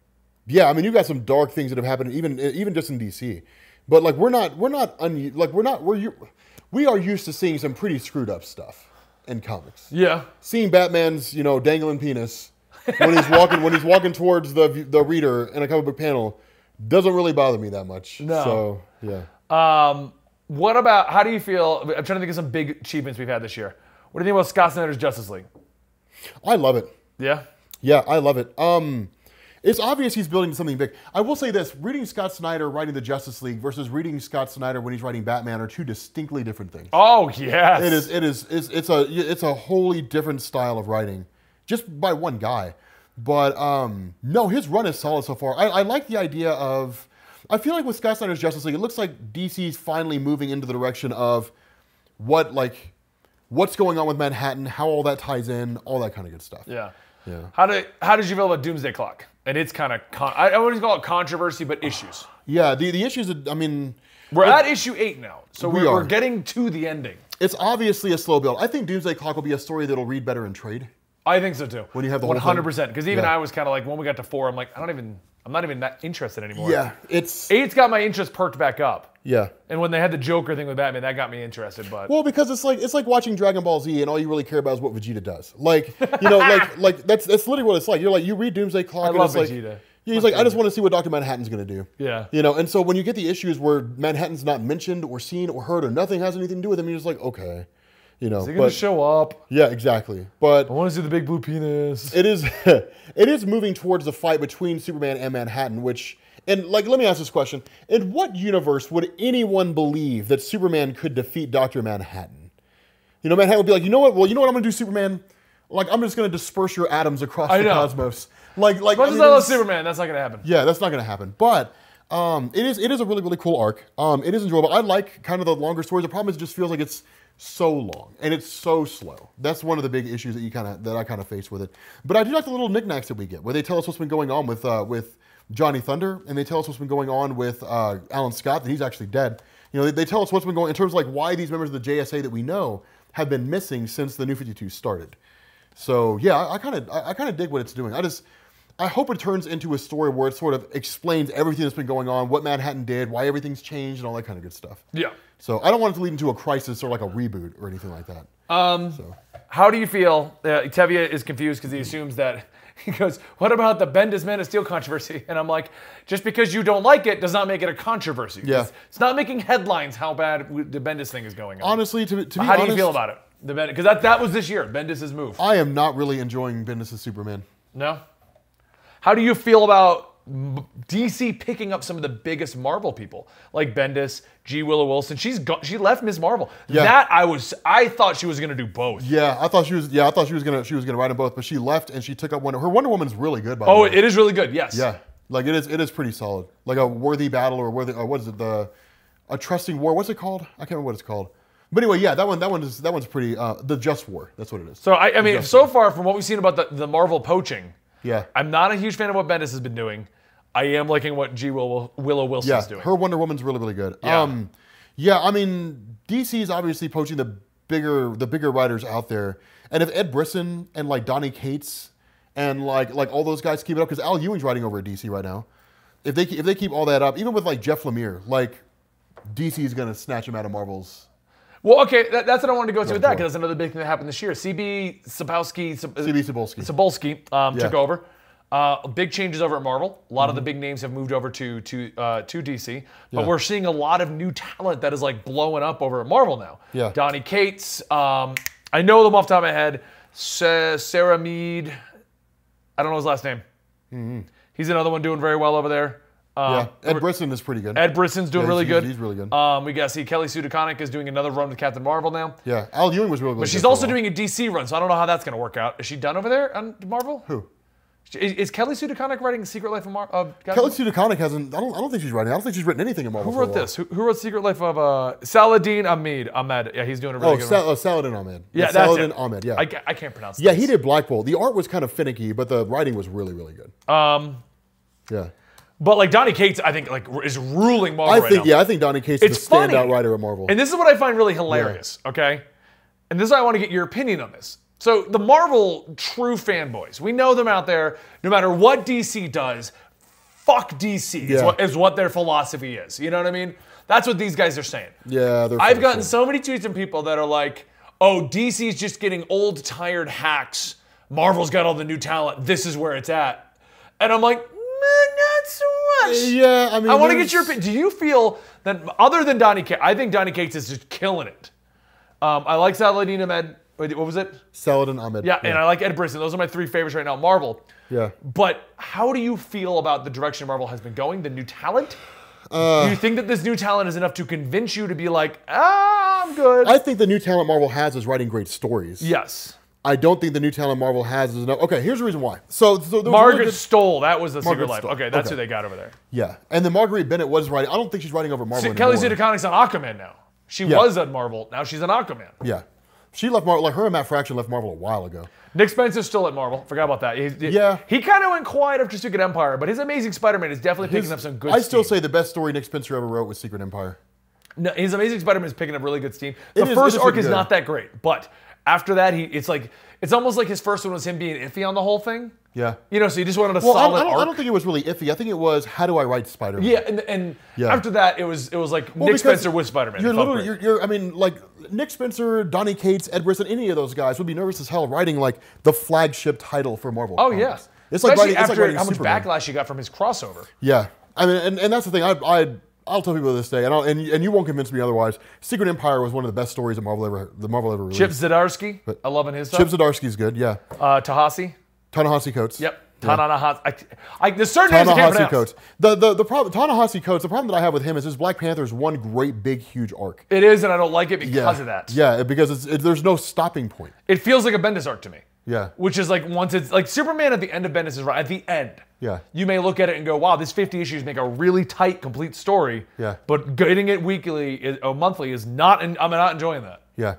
Speaker 2: yeah, I mean, you've got some dark things that have happened even even just in DC. But like we're not we're not un, like we're not we're u- we are used to seeing some pretty screwed up stuff in comics.
Speaker 1: yeah.
Speaker 2: Seeing Batman's you know dangling penis when he's walking when he's walking towards the the reader in a comic book panel Doesn't really bother me that much.
Speaker 1: No.
Speaker 2: So yeah.
Speaker 1: Um, what about how do you feel? I'm trying to think of some big achievements we've had this year. What do you think about Scott Snyder's Justice League?
Speaker 2: I love it.
Speaker 1: Yeah,
Speaker 2: Yeah, I love it. Um, it's obvious he's building something big. I will say this: reading Scott Snyder writing the Justice League versus reading Scott Snyder when he's writing Batman are two distinctly different things.
Speaker 1: Oh yes,
Speaker 2: It is. It is. It's, it's a. It's a wholly different style of writing, just by one guy. But um, no, his run is solid so far. I, I like the idea of. I feel like with Scott Snyder's Justice League, it looks like DC's finally moving into the direction of what like what's going on with Manhattan, how all that ties in, all that kind of good stuff.
Speaker 1: Yeah. Yeah. How did how did you feel about Doomsday Clock? And it's kind of con- I, I wouldn't call it controversy, but issues.
Speaker 2: Yeah, the the issues. that- I mean,
Speaker 1: We're at issue eight now, so
Speaker 2: We
Speaker 1: we're,
Speaker 2: are.
Speaker 1: we're getting to the ending.
Speaker 2: it's obviously a slow build. I think Doomsday Clock will be a story that'll read better in trade.
Speaker 1: I think so too. When
Speaker 2: you have the whole
Speaker 1: one
Speaker 2: thing.
Speaker 1: hundred percent, because even
Speaker 2: Yeah.
Speaker 1: I was kind of like when we got to four, I'm like I don't even I'm not even that interested anymore.
Speaker 2: Yeah, it's
Speaker 1: eight's got my interest perked back up,
Speaker 2: yeah.
Speaker 1: and when they had the Joker thing with Batman, that got me interested. But
Speaker 2: Well, because it's like it's like watching Dragon Ball Z, and all you really care about is what Vegeta does. Like you know, like like that's that's literally what it's like. You're like you read Doomsday Clock, and
Speaker 1: love
Speaker 2: it's like
Speaker 1: Vegeta.
Speaker 2: yeah, he's like I just want to see what Doctor Manhattan's gonna do.
Speaker 1: Yeah.
Speaker 2: you know. And so when you get the issues where Manhattan's not mentioned or seen or heard or nothing has anything to do with him, you're just like okay, you know.
Speaker 1: they're gonna
Speaker 2: But
Speaker 1: show up.
Speaker 2: yeah, exactly. But
Speaker 1: I want to see the big blue penis.
Speaker 2: it is it is moving towards the fight between Superman and Manhattan, which and like let me ask this question. In what universe would anyone believe that Superman could defeat Dr. Manhattan? You know, Manhattan would be like, you know what? Well, you know what I'm gonna do, Superman? Like I'm just gonna disperse your atoms across the
Speaker 1: know.
Speaker 2: cosmos. Like like
Speaker 1: Much
Speaker 2: I
Speaker 1: as
Speaker 2: mean,
Speaker 1: I love
Speaker 2: it's-
Speaker 1: Superman, that's not gonna happen.
Speaker 2: yeah, that's not gonna happen. But um, it is it is a really, really cool arc. Um, it is enjoyable. I like kind of the longer stories. The problem is it just feels like it's so long and it's so slow. That's one of the big issues that you kind of that I kind of face with it. But I do like the little knickknacks that we get where they tell us what's been going on with uh, with Johnny Thunder and they tell us what's been going on with uh, Alan Scott that he's actually dead. You know, they, they tell us what's been going in terms of like why these members of the JSA that we know have been missing since the New 52 started. So yeah, I- I kind of I, I kind of dig what it's doing. I just I hope it turns into a story where it sort of explains everything that's been going on, what Manhattan did, why everything's changed, and all that kind of good stuff.
Speaker 1: Yeah.
Speaker 2: So I don't want it to lead into a crisis or like a reboot or anything like that.
Speaker 1: Oh. How do you feel? Uh, Tevye is confused because he assumes that he goes, "What about the Bendis Man of Steel controversy?" And I'm like, "Just because you don't like it does not make it a controversy.
Speaker 2: Yeah.
Speaker 1: It's, it's not making headlines how bad w- the Bendis thing is going on.
Speaker 2: Honestly, to, to be
Speaker 1: how
Speaker 2: honest,
Speaker 1: do you feel about it? The Bendis because that that was this year. Bendis's move.
Speaker 2: I am not really enjoying Bendis' Superman.
Speaker 1: no. How do you feel about m- DC picking up some of the biggest Marvel people like Bendis, G. Willow Wilson? She's go- she left Ms. Marvel.
Speaker 2: Yeah.
Speaker 1: That I was I thought she was gonna do both.
Speaker 2: Yeah, I thought she was. Yeah, I thought she was gonna she was gonna write them both, but she left and she took up Wonder. Her Wonder Woman's really good, by the
Speaker 1: Oh,
Speaker 2: way.
Speaker 1: it is really good. Yes.
Speaker 2: yeah, like it is. It is pretty solid. Like a worthy battle or worthy. Uh, what is it? The a trusting war. What's it called? I can't remember what it's called. But anyway, yeah, that one. That one is. That one's pretty. Uh, the Just War. That's what it is.
Speaker 1: So I, I mean, so far from what we've seen about the, the Marvel poaching,
Speaker 2: Yeah.
Speaker 1: I'm not a huge fan of what Bendis has been doing. I am liking what G. Will, Willow Wilson's
Speaker 2: yeah,
Speaker 1: doing.
Speaker 2: her Wonder Woman's really really good.
Speaker 1: Yeah.
Speaker 2: Um, yeah, I mean DC is obviously poaching the bigger the bigger writers out there, and if Ed Brisson and like Donnie Cates and like like all those guys keep it up, because Al Ewing's writing over at DC right now. If they ke- if they keep all that up, even with like Jeff Lemire, like DC is gonna snatch him out of Marvel's.
Speaker 1: well, okay, that, that's what I wanted to go to with that
Speaker 2: sure.
Speaker 1: because that's another big thing that happened this year. CB Sapowski, Sab-
Speaker 2: CB Cebulski.
Speaker 1: Cebulski um,
Speaker 2: Yeah. Mm-hmm.
Speaker 1: took over. Uh, big changes over at Marvel. A lot of the big names have moved over to to uh, to DC, but
Speaker 2: Yeah.
Speaker 1: we're seeing a lot of new talent that is like blowing up over at Marvel now.
Speaker 2: Yeah.
Speaker 1: Donnie Cates. Um, I know them off the top of my head. Sa- Sarah Mead. I don't know his last name. He's another one doing very well over there. Um,
Speaker 2: Mm-hmm. yeah, Ed Brisson is pretty good.
Speaker 1: Ed Brisson's doing
Speaker 2: Yeah,
Speaker 1: really
Speaker 2: he's-
Speaker 1: good.
Speaker 2: He's really good.
Speaker 1: Um, we got to see Kelly Sue DeConnick is doing another run with Captain Marvel now.
Speaker 2: yeah, Al Ewing was really good.
Speaker 1: But she's also doing a DC run, so I don't know how that's going to work out. Is she done over there on Marvel? Who? Is, is Kelly Sue DeConnick writing Secret Life of Mar- of Captain
Speaker 2: Kelly Sue DeConnick hasn't. I don't, I don't think she's writing. I don't think she's written anything in Marvel.
Speaker 1: Who wrote this? Who, who wrote Secret Life of uh, Saladin Ahmed? Ahmed. Yeah, he's doing a really
Speaker 2: Oh,
Speaker 1: good
Speaker 2: Sal-
Speaker 1: run.
Speaker 2: uh, Saladin Ahmed.
Speaker 1: Yeah, that's
Speaker 2: Saladin
Speaker 1: it.
Speaker 2: Ahmed. Yeah,
Speaker 1: I, ca- I can't pronounce.
Speaker 2: Yeah, he did Black Bolt. The art was kind of finicky, but the writing was really, really good.
Speaker 1: did. Um,
Speaker 2: Yeah.
Speaker 1: but like Donnie Cates, I think like is ruling Marvel
Speaker 2: I
Speaker 1: right
Speaker 2: think,
Speaker 1: now.
Speaker 2: yeah, I think Donny Cates
Speaker 1: It's
Speaker 2: is the standout
Speaker 1: funny.
Speaker 2: writer at Marvel.
Speaker 1: And this is what I find really hilarious, okay? And this is why I want to get your opinion on this. So, the Marvel true fanboys, we know them out there, no matter what DC does, fuck DC is,
Speaker 2: Yeah.
Speaker 1: what, is what their philosophy is. You know what I mean? That's what these guys are saying.
Speaker 2: yeah, they're
Speaker 1: I've
Speaker 2: fine,
Speaker 1: gotten
Speaker 2: so-
Speaker 1: so many tweets from people that are like, oh, DC's just getting old, tired hacks. Marvel's got all the new talent. This is where it's at. And I'm like, "Meh, "Mm, not that's too much.
Speaker 2: Yeah, I mean,
Speaker 1: I want to
Speaker 2: there's-
Speaker 1: get your opinion. Do you feel that other than Donny Cates, I think Donny Cates is just killing it. Um, I like Saladin Ahmed. Wait, What was it?
Speaker 2: Saladin Ahmed.
Speaker 1: Yeah, and I like Ed Brisson. Those are my three favorites right now. Marvel.
Speaker 2: yeah.
Speaker 1: But how do you feel about the direction Marvel has been going? The new talent.
Speaker 2: Uh.
Speaker 1: do you think that this new talent is enough to convince you to be like, ah, I'm good?
Speaker 2: I think the new talent Marvel has is writing great stories.
Speaker 1: yes.
Speaker 2: I don't think the new talent Marvel has is enough. Okay, here's the reason why. So, so there was really
Speaker 1: Margaret
Speaker 2: good-
Speaker 1: Stoll. That was the Secret
Speaker 2: Margaret
Speaker 1: Life.
Speaker 2: Stoll,
Speaker 1: Okay, that's who
Speaker 2: okay.
Speaker 1: they got over there.
Speaker 2: yeah, and then Marguerite Bennett was writing. I don't think she's writing over Marvel.
Speaker 1: See, Kelly
Speaker 2: anymore.
Speaker 1: Zudokonic's on Aquaman now. She
Speaker 2: Yeah.
Speaker 1: was on Marvel. Now she's on Aquaman.
Speaker 2: Yeah, she left Marvel. Like her and Matt Fraction left Marvel a while ago.
Speaker 1: Nick Spencer's still at Marvel. Forgot about that. He's-
Speaker 2: Yeah.
Speaker 1: He kind of went quiet after Secret Empire, but his Amazing Spider-Man is definitely picking up some good.
Speaker 2: I still
Speaker 1: steam.
Speaker 2: say the best story Nick Spencer ever wrote was Secret Empire.
Speaker 1: no, his Amazing Spider-Man is picking up really good steam. The
Speaker 2: It is-
Speaker 1: first
Speaker 2: it is
Speaker 1: arc is
Speaker 2: good.
Speaker 1: not that great, but after that, he it's like it's almost like his first one was him being iffy on the whole thing.
Speaker 2: Yeah.
Speaker 1: You know, so he just wanted a
Speaker 2: Well, I, I
Speaker 1: solid
Speaker 2: don't,
Speaker 1: arc.
Speaker 2: I don't think it was really iffy. I think it was how do I write Spider Man?
Speaker 1: yeah, and, and
Speaker 2: Yeah.
Speaker 1: after that, it was it was like Nick
Speaker 2: because
Speaker 1: Spencer with Spider-Man. It
Speaker 2: You're
Speaker 1: felt
Speaker 2: literally,
Speaker 1: great.
Speaker 2: you're, you're, I mean, like Nick Spencer, Donny Cates, Ed Brisson, any of those guys would be nervous as hell writing like the flagship title for Marvel.
Speaker 1: oh
Speaker 2: Comics.
Speaker 1: yeah.
Speaker 2: it's like
Speaker 1: Especially
Speaker 2: writing, it's like
Speaker 1: after
Speaker 2: writing
Speaker 1: how much
Speaker 2: Superman.
Speaker 1: backlash you got from his crossover.
Speaker 2: Yeah, I mean, and, and that's the thing. I, I I'll tell people this day, and I'll, and and you won't convince me otherwise. Secret Empire was one of the best stories that Marvel ever the Marvel ever released.
Speaker 1: Chip Zdarsky, I love his stuff.
Speaker 2: Chip Zdarsky's good. Yeah,
Speaker 1: uh, Tahasi.
Speaker 2: Ta-Nehisi Coates.
Speaker 1: Yep. Tanahasi. I, I, there's certain names I can't
Speaker 2: Ta-Nehisi
Speaker 1: pronounce.
Speaker 2: Coates. The the the problem Ta-Nehisi Coates. The problem that I have with him is his Black Panther's one great big huge arc.
Speaker 1: It is, and I don't like it because
Speaker 2: Yeah.
Speaker 1: of that.
Speaker 2: Yeah, because it's, it, there's no stopping point.
Speaker 1: It feels like a Bendis arc to me.
Speaker 2: Yeah.
Speaker 1: Which is like once it's like Superman at the end of Bendis is right at the end.
Speaker 2: Yeah.
Speaker 1: You may look at it and go, "Wow, this 50 issues make a really tight, complete story."
Speaker 2: Yeah.
Speaker 1: But getting it weekly is, or monthly is not. And I'm not enjoying that.
Speaker 2: Yeah.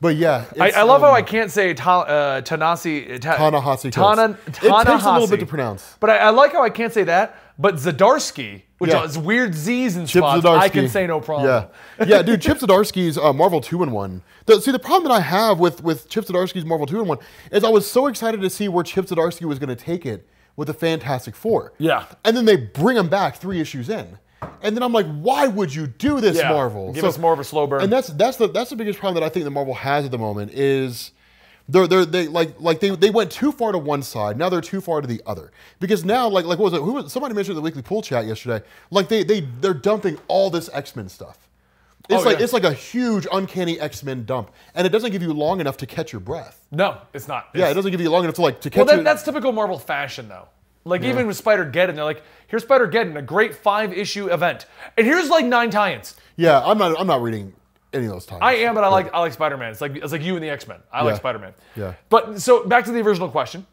Speaker 2: But yeah,
Speaker 1: I,
Speaker 2: it's,
Speaker 1: I love
Speaker 2: um,
Speaker 1: how I can't say ta, uh, Tanasi. Ta,
Speaker 2: Ta-Nehisi Coates.
Speaker 1: Tana,
Speaker 2: It takes a little
Speaker 1: Ta-Nehisi.
Speaker 2: bit to pronounce.
Speaker 1: But I, I like how I can't say that. But Zadarsky, which
Speaker 2: Yeah.
Speaker 1: is weird Z's and
Speaker 2: Chip
Speaker 1: spots, I can
Speaker 2: Zdarsky.
Speaker 1: say no problem.
Speaker 2: Yeah, yeah, dude. Chip Zdarsky's uh, Marvel two and one. The- see, the problem that I have with with Chip Zdarsky's Marvel two and one is I was so excited to see where Chip Zdarsky was going to take it with the Fantastic Four.
Speaker 1: Yeah.
Speaker 2: and then they bring him back three issues in, and then I'm like, why would you do this,
Speaker 1: Yeah.
Speaker 2: Marvel?
Speaker 1: Give us more of a slow burn.
Speaker 2: And that's that's the that's the biggest problem that I think that Marvel has at the moment is they're they're they like like they they went too far to one side. Now they're too far to the other because now like like what was it? Who was somebody mentioned in the weekly pool chat yesterday? Like they they they're dumping all this X Men stuff. It's
Speaker 1: Oh,
Speaker 2: like
Speaker 1: yeah.
Speaker 2: it's like a huge uncanny X Men dump, and it doesn't give you long enough to catch your breath.
Speaker 1: No, it's not.
Speaker 2: Yeah,
Speaker 1: It's-
Speaker 2: it doesn't give you long enough to like to catch.
Speaker 1: Well, that,
Speaker 2: your-
Speaker 1: that's typical Marvel fashion, though. Like even with Spider Geddon, they're like, "Here's Spider Geddon, a great five-issue event, and here's like nine tie-ins."
Speaker 2: yeah, I'm not I'm not reading any of those times.
Speaker 1: I am, but I like I like Spider Man. It's like it's like you and the X Men. I like
Speaker 2: Yeah.
Speaker 1: Spider Man.
Speaker 2: Yeah.
Speaker 1: But so back to the original question.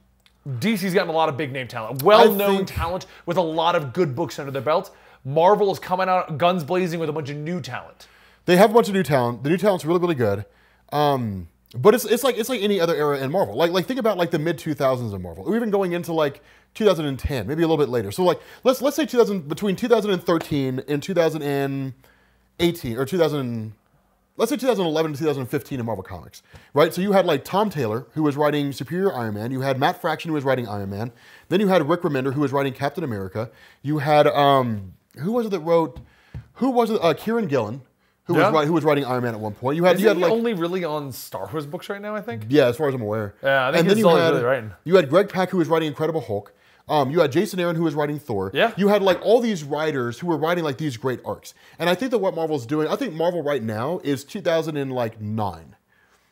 Speaker 1: DC's gotten a lot of big name talent, well known
Speaker 2: think-
Speaker 1: talent with a lot of good books under their belt. Marvel is coming out guns blazing with a bunch of new talent.
Speaker 2: they have a bunch of new talent. The new talent's really, really good. Um, but it's, it's like it's like any other era in Marvel. Like like think about like the mid two thousands of Marvel, or even going into like 2010, maybe a little bit later. So like let's let's say 2000 between 2013 and 2018 or 2000. Let's say 2011 to 2015 in Marvel Comics, right? So you had like Tom Taylor, who was writing Superior Iron Man. You had Matt Fraction, who was writing Iron Man. Then you had Rick Remender, who was writing Captain America. You had um, who was it that wrote? Who was it? Uh, Kieran Gillen, who
Speaker 1: Yeah.
Speaker 2: was wri- who was writing Iron Man at one point. You had you
Speaker 1: Isn't
Speaker 2: had
Speaker 1: he
Speaker 2: like
Speaker 1: only really on Star Wars books right now? I think.
Speaker 2: yeah, as far as I'm aware.
Speaker 1: Yeah, I think
Speaker 2: and then
Speaker 1: he's
Speaker 2: you
Speaker 1: only
Speaker 2: had
Speaker 1: really writing.
Speaker 2: you had Greg Pak who was writing Incredible Hulk. Um, you had Jason Aaron who was writing Thor.
Speaker 1: Yeah.
Speaker 2: You had like all these writers who were writing like these great arcs, and I think that what Marvel's doing, I think Marvel right now is 2009,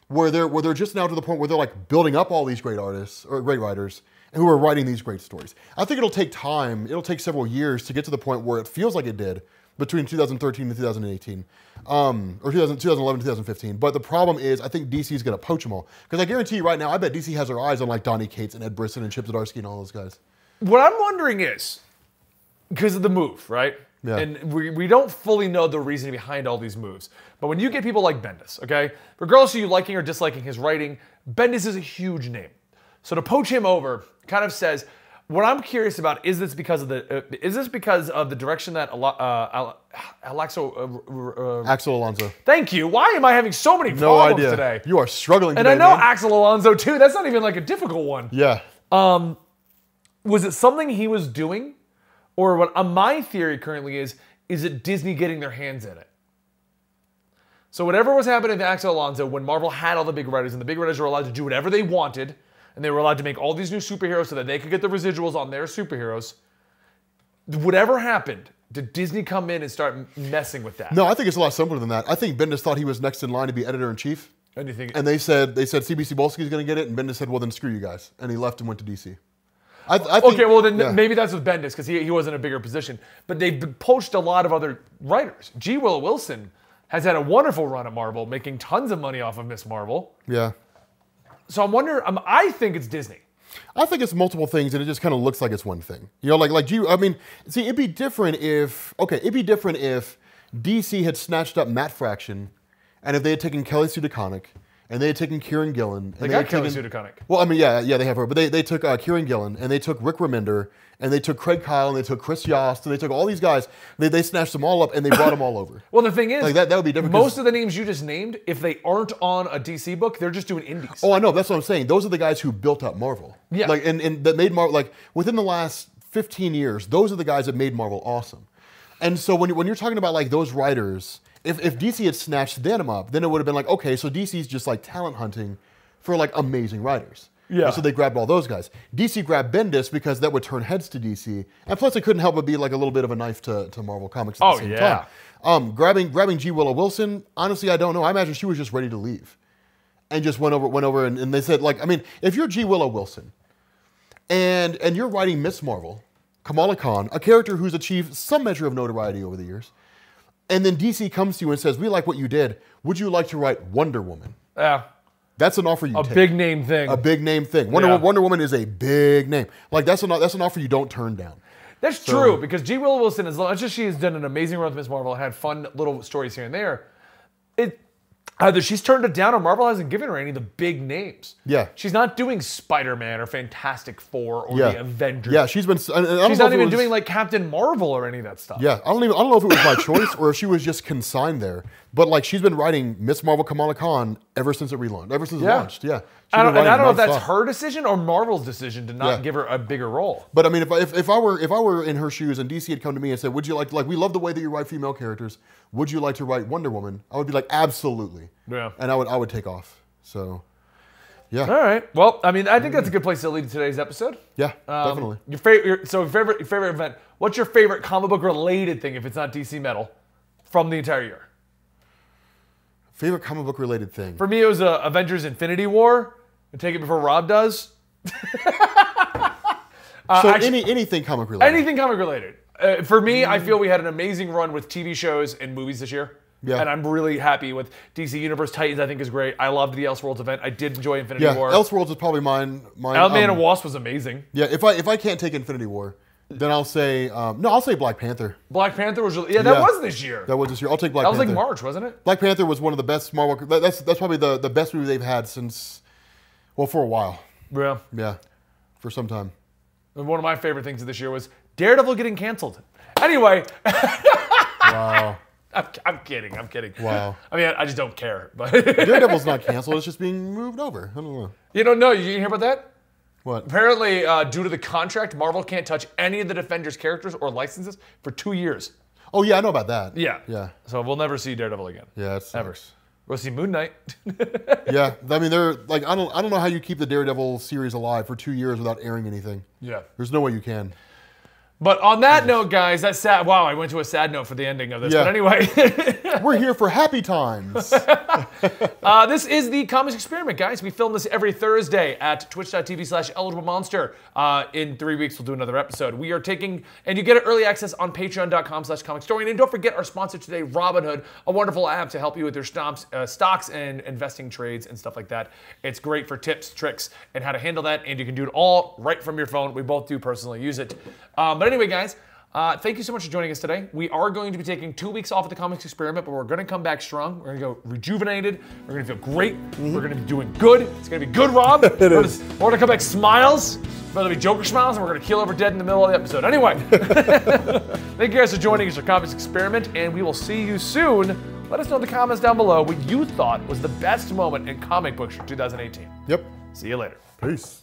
Speaker 2: where they're where they're just now to the point where they're like building up all these great artists or great writers who are writing these great stories. I think it'll take time. It'll take several years to get to the point where it feels like it did between 2013 and 2018, um, or 2000, 2011 to 2015. But the problem is, I think DC is going to poach them all because I guarantee you right now, I bet DC has their eyes on like Donny Cates and Ed Brisson and Chip Zdarsky and all those guys.
Speaker 1: What I'm wondering is because of the move, right?
Speaker 2: Yeah.
Speaker 1: And we, we don't fully know the reasoning behind all these moves. But when you get people like Bendis, okay, regardless of you liking or disliking his writing, Bendis is a huge name. So to poach him over kind of says, what I'm curious about is this because of the uh, is this because of the direction that Ala- uh, Al- Alexo, uh, uh,
Speaker 2: Axel Alonso.
Speaker 1: thank you. Why am I having so many
Speaker 2: No
Speaker 1: problems
Speaker 2: idea.
Speaker 1: today?
Speaker 2: You are struggling.
Speaker 1: and
Speaker 2: today,
Speaker 1: I know
Speaker 2: man.
Speaker 1: Axel Alonso too. That's not even like a difficult one
Speaker 2: yeah.
Speaker 1: was it something he was doing or what uh, my theory currently is is it disney getting their hands in it so whatever was happening to axel alonso when marvel had all the big writers and the big writers were allowed to do whatever they wanted and they were allowed to make all these new superheroes so that they could get the residuals on their superheroes. Whatever happened, did Disney come in and start m- messing with that?
Speaker 2: No, I think it's a lot simpler than that. I think Bendis thought he was next in line to be editor in chief,
Speaker 1: And you think-
Speaker 2: and they said they said CBC Bolsky's going to get it, and Bendis said, "Well, then screw you guys," and he left and went to DC. I, th- I think,
Speaker 1: Okay, well then
Speaker 2: yeah.
Speaker 1: maybe that's with Bendis because he, he wasn't a bigger position. But they've been- poached a lot of other writers. G. Willow Wilson has had a wonderful run at Marvel, making tons of money off of Miss Marvel.
Speaker 2: yeah.
Speaker 1: So I'm wondering. Um, I think it's Disney.
Speaker 2: I think it's multiple things, and it just kind of looks like it's one thing. You know, like like G. I mean, see, it'd be different if okay, it'd be different if DC had snatched up Matt Fraction, and if they had taken Kelly Sue DeConnick, and they had taken Kieran Gillen. and
Speaker 1: They
Speaker 2: had
Speaker 1: got Kelly Sue
Speaker 2: taken-
Speaker 1: DeConnick.
Speaker 2: Well, I mean, yeah, yeah, they have her, but they, they took uh, Kieran Gillen and they took Rick Remender and they took Craig Kyle and they took Chris Yost and they took all these guys. They, they snatched them all up and they brought them all over.
Speaker 1: Well, the thing is,
Speaker 2: Like, that- that would be different 'cause-
Speaker 1: Most of the names you just named, if they aren't on a DC book, they're just doing indies.
Speaker 2: Oh, I know. That's what I'm saying. Those are the guys who built up Marvel.
Speaker 1: Yeah.
Speaker 2: Like, and, and that made Marvel, like, within the last 15 years, those are the guys that made Marvel awesome. And so when, you- when you're talking about, like, those writers, if, if DC had snatched them up, then it would have been like, okay, so DC's just, like, talent hunting for, like, amazing writers.
Speaker 1: Yeah.
Speaker 2: And so they grabbed all those guys. DC grabbed Bendis because that would turn heads to DC. And plus, it couldn't help but be, like, a little bit of a knife to, to Marvel Comics at
Speaker 1: Oh,
Speaker 2: the same
Speaker 1: yeah.
Speaker 2: time. Um, grabbing, grabbing G. Willow Wilson, honestly, I don't know. I imagine she was just ready to leave and just went over went over and, and they said like I mean if you're G Willow Wilson and and you're writing Miss Marvel, Kamala Khan, a character who's achieved some measure of notoriety over the years, and then DC comes to you and says we like what you did, would you like to write Wonder Woman?
Speaker 1: yeah,
Speaker 2: That's an offer you
Speaker 1: a
Speaker 2: take.
Speaker 1: big name thing.
Speaker 2: a big name thing. Wonder
Speaker 1: Yeah.
Speaker 2: Wonder Woman is a big name. Like that's an that's an offer you don't turn down.
Speaker 1: That's true because G. Willow Wilson, as much as she has done an amazing run with Miss Marvel and had fun little stories here and there, it either she's turned it down or Marvel hasn't given her any of the big names.
Speaker 2: Yeah.
Speaker 1: she's not doing Spider Man or Fantastic Four or
Speaker 2: Yeah.
Speaker 1: the Avengers.
Speaker 2: Yeah, she's been s- and- and I don't
Speaker 1: she's
Speaker 2: know
Speaker 1: not
Speaker 2: if it
Speaker 1: even
Speaker 2: was-
Speaker 1: doing like Captain Marvel or any of that stuff.
Speaker 2: Yeah, I don't even I don't know if it was by choice or if she was just consigned there. But like she's been writing Miss Marvel Kamala Khan ever since it relaunched. Ever since
Speaker 1: Yeah.
Speaker 2: it launched, yeah. She's
Speaker 1: I don't,
Speaker 2: been
Speaker 1: and I
Speaker 2: writing
Speaker 1: don't know if that's
Speaker 2: nonstop.
Speaker 1: her decision or Marvel's decision to not
Speaker 2: Yeah.
Speaker 1: give her a bigger role.
Speaker 2: But I mean, if, I- if, if I were if I were in her shoes and DC had come to me and said, "Would you like like we love the way that you write female characters? Would you like to write Wonder Woman?" I would be like, "Absolutely."
Speaker 1: Yeah.
Speaker 2: And I would I would take off. So, yeah,
Speaker 1: All right. Well, I mean, I think that's a good place to lead today's episode.
Speaker 2: yeah,
Speaker 1: Um,
Speaker 2: definitely.
Speaker 1: Your favorite. Your, so favorite. Your favorite event. What's your favorite comic book related thing, if it's not DC Metal, from the entire year?
Speaker 2: Favorite comic book related thing.
Speaker 1: For me, it was uh, Avengers: Infinity War. I take it before Rob does.
Speaker 2: so
Speaker 1: uh, actually-
Speaker 2: any anything comic related.
Speaker 1: Anything comic related. Uh, for me, I feel we had an amazing run with TV shows and movies this year.
Speaker 2: Yeah.
Speaker 1: And I'm really happy with DC Universe Titans. I think is great. I loved the Elseworlds event. I did enjoy Infinity
Speaker 2: yeah,
Speaker 1: War.
Speaker 2: Elseworlds is probably mine. Mine.
Speaker 1: Ant Man
Speaker 2: um,
Speaker 1: and Wasp was amazing.
Speaker 2: Yeah, if I if I can't take Infinity War, then I'll say um, no. I'll say Black Panther.
Speaker 1: Black Panther was really, yeah, that
Speaker 2: Yeah.
Speaker 1: was this year.
Speaker 2: That was this year. I'll take Black
Speaker 1: that was
Speaker 2: Panther.
Speaker 1: like March, wasn't it?
Speaker 2: Black Panther was one of the best Marvel. that- That's that's probably the, the best movie they've had since, well, for a while.
Speaker 1: Yeah.
Speaker 2: Yeah, for some time.
Speaker 1: And one of my favorite things of this year was Daredevil getting canceled. Anyway,
Speaker 2: Wow,
Speaker 1: I'm, I'm kidding. I'm kidding.
Speaker 2: Wow.
Speaker 1: I mean, I, I just don't care. But
Speaker 2: Daredevil's not canceled. It's just being moved over. I don't know
Speaker 1: you don't know. You didn't hear about that?
Speaker 2: what.
Speaker 1: Apparently, uh, due to the contract, Marvel can't touch any of the Defenders characters or licenses for two years.
Speaker 2: Oh yeah, I know about that.
Speaker 1: Yeah.
Speaker 2: yeah,
Speaker 1: So we'll never see Daredevil again.
Speaker 2: yeah. It's
Speaker 1: Ever. We'll see Moon Knight.
Speaker 2: Yeah, I mean they're like I don't I don't know how you keep the Daredevil series alive for two years without airing anything.
Speaker 1: yeah.
Speaker 2: There's no way you can.
Speaker 1: But on that note, guys, that's sad. Wow, I went to a sad note for the ending of this.
Speaker 2: Yeah.
Speaker 1: But anyway.
Speaker 2: We're here for happy times.
Speaker 1: Uh, this is the Comics Experiment, guys. We film this every Thursday at twitch.tv slash eligible monster. Uh, in three weeks, we'll do another episode. We are taking, and you get early access on patreon.com slash comic story. And don't forget our sponsor today, Robinhood, a wonderful app to help you with your stomps, uh, stocks and investing trades and stuff like that. It's great for tips, tricks, and how to handle that. And you can do it all right from your phone. We both do personally use it. Um, but anyway, guys, uh, thank you so much for joining us today. We are going to be taking two weeks off of the comics experiment, but we're going to come back strong. We're going to go rejuvenated. We're going to feel great. We're going to be doing good. It's going to be good, Rob. we're gonna-
Speaker 2: is.
Speaker 1: we're going to come back smiles. We're going to be Joker smiles, and we're going to keel over dead in the middle of the episode. Anyway, thank you guys for joining us for comics experiment, and we will see you soon. Let us know in the comments down below what you thought was the best moment in comic books for 2018.
Speaker 2: yep.
Speaker 1: See you later.
Speaker 2: Peace.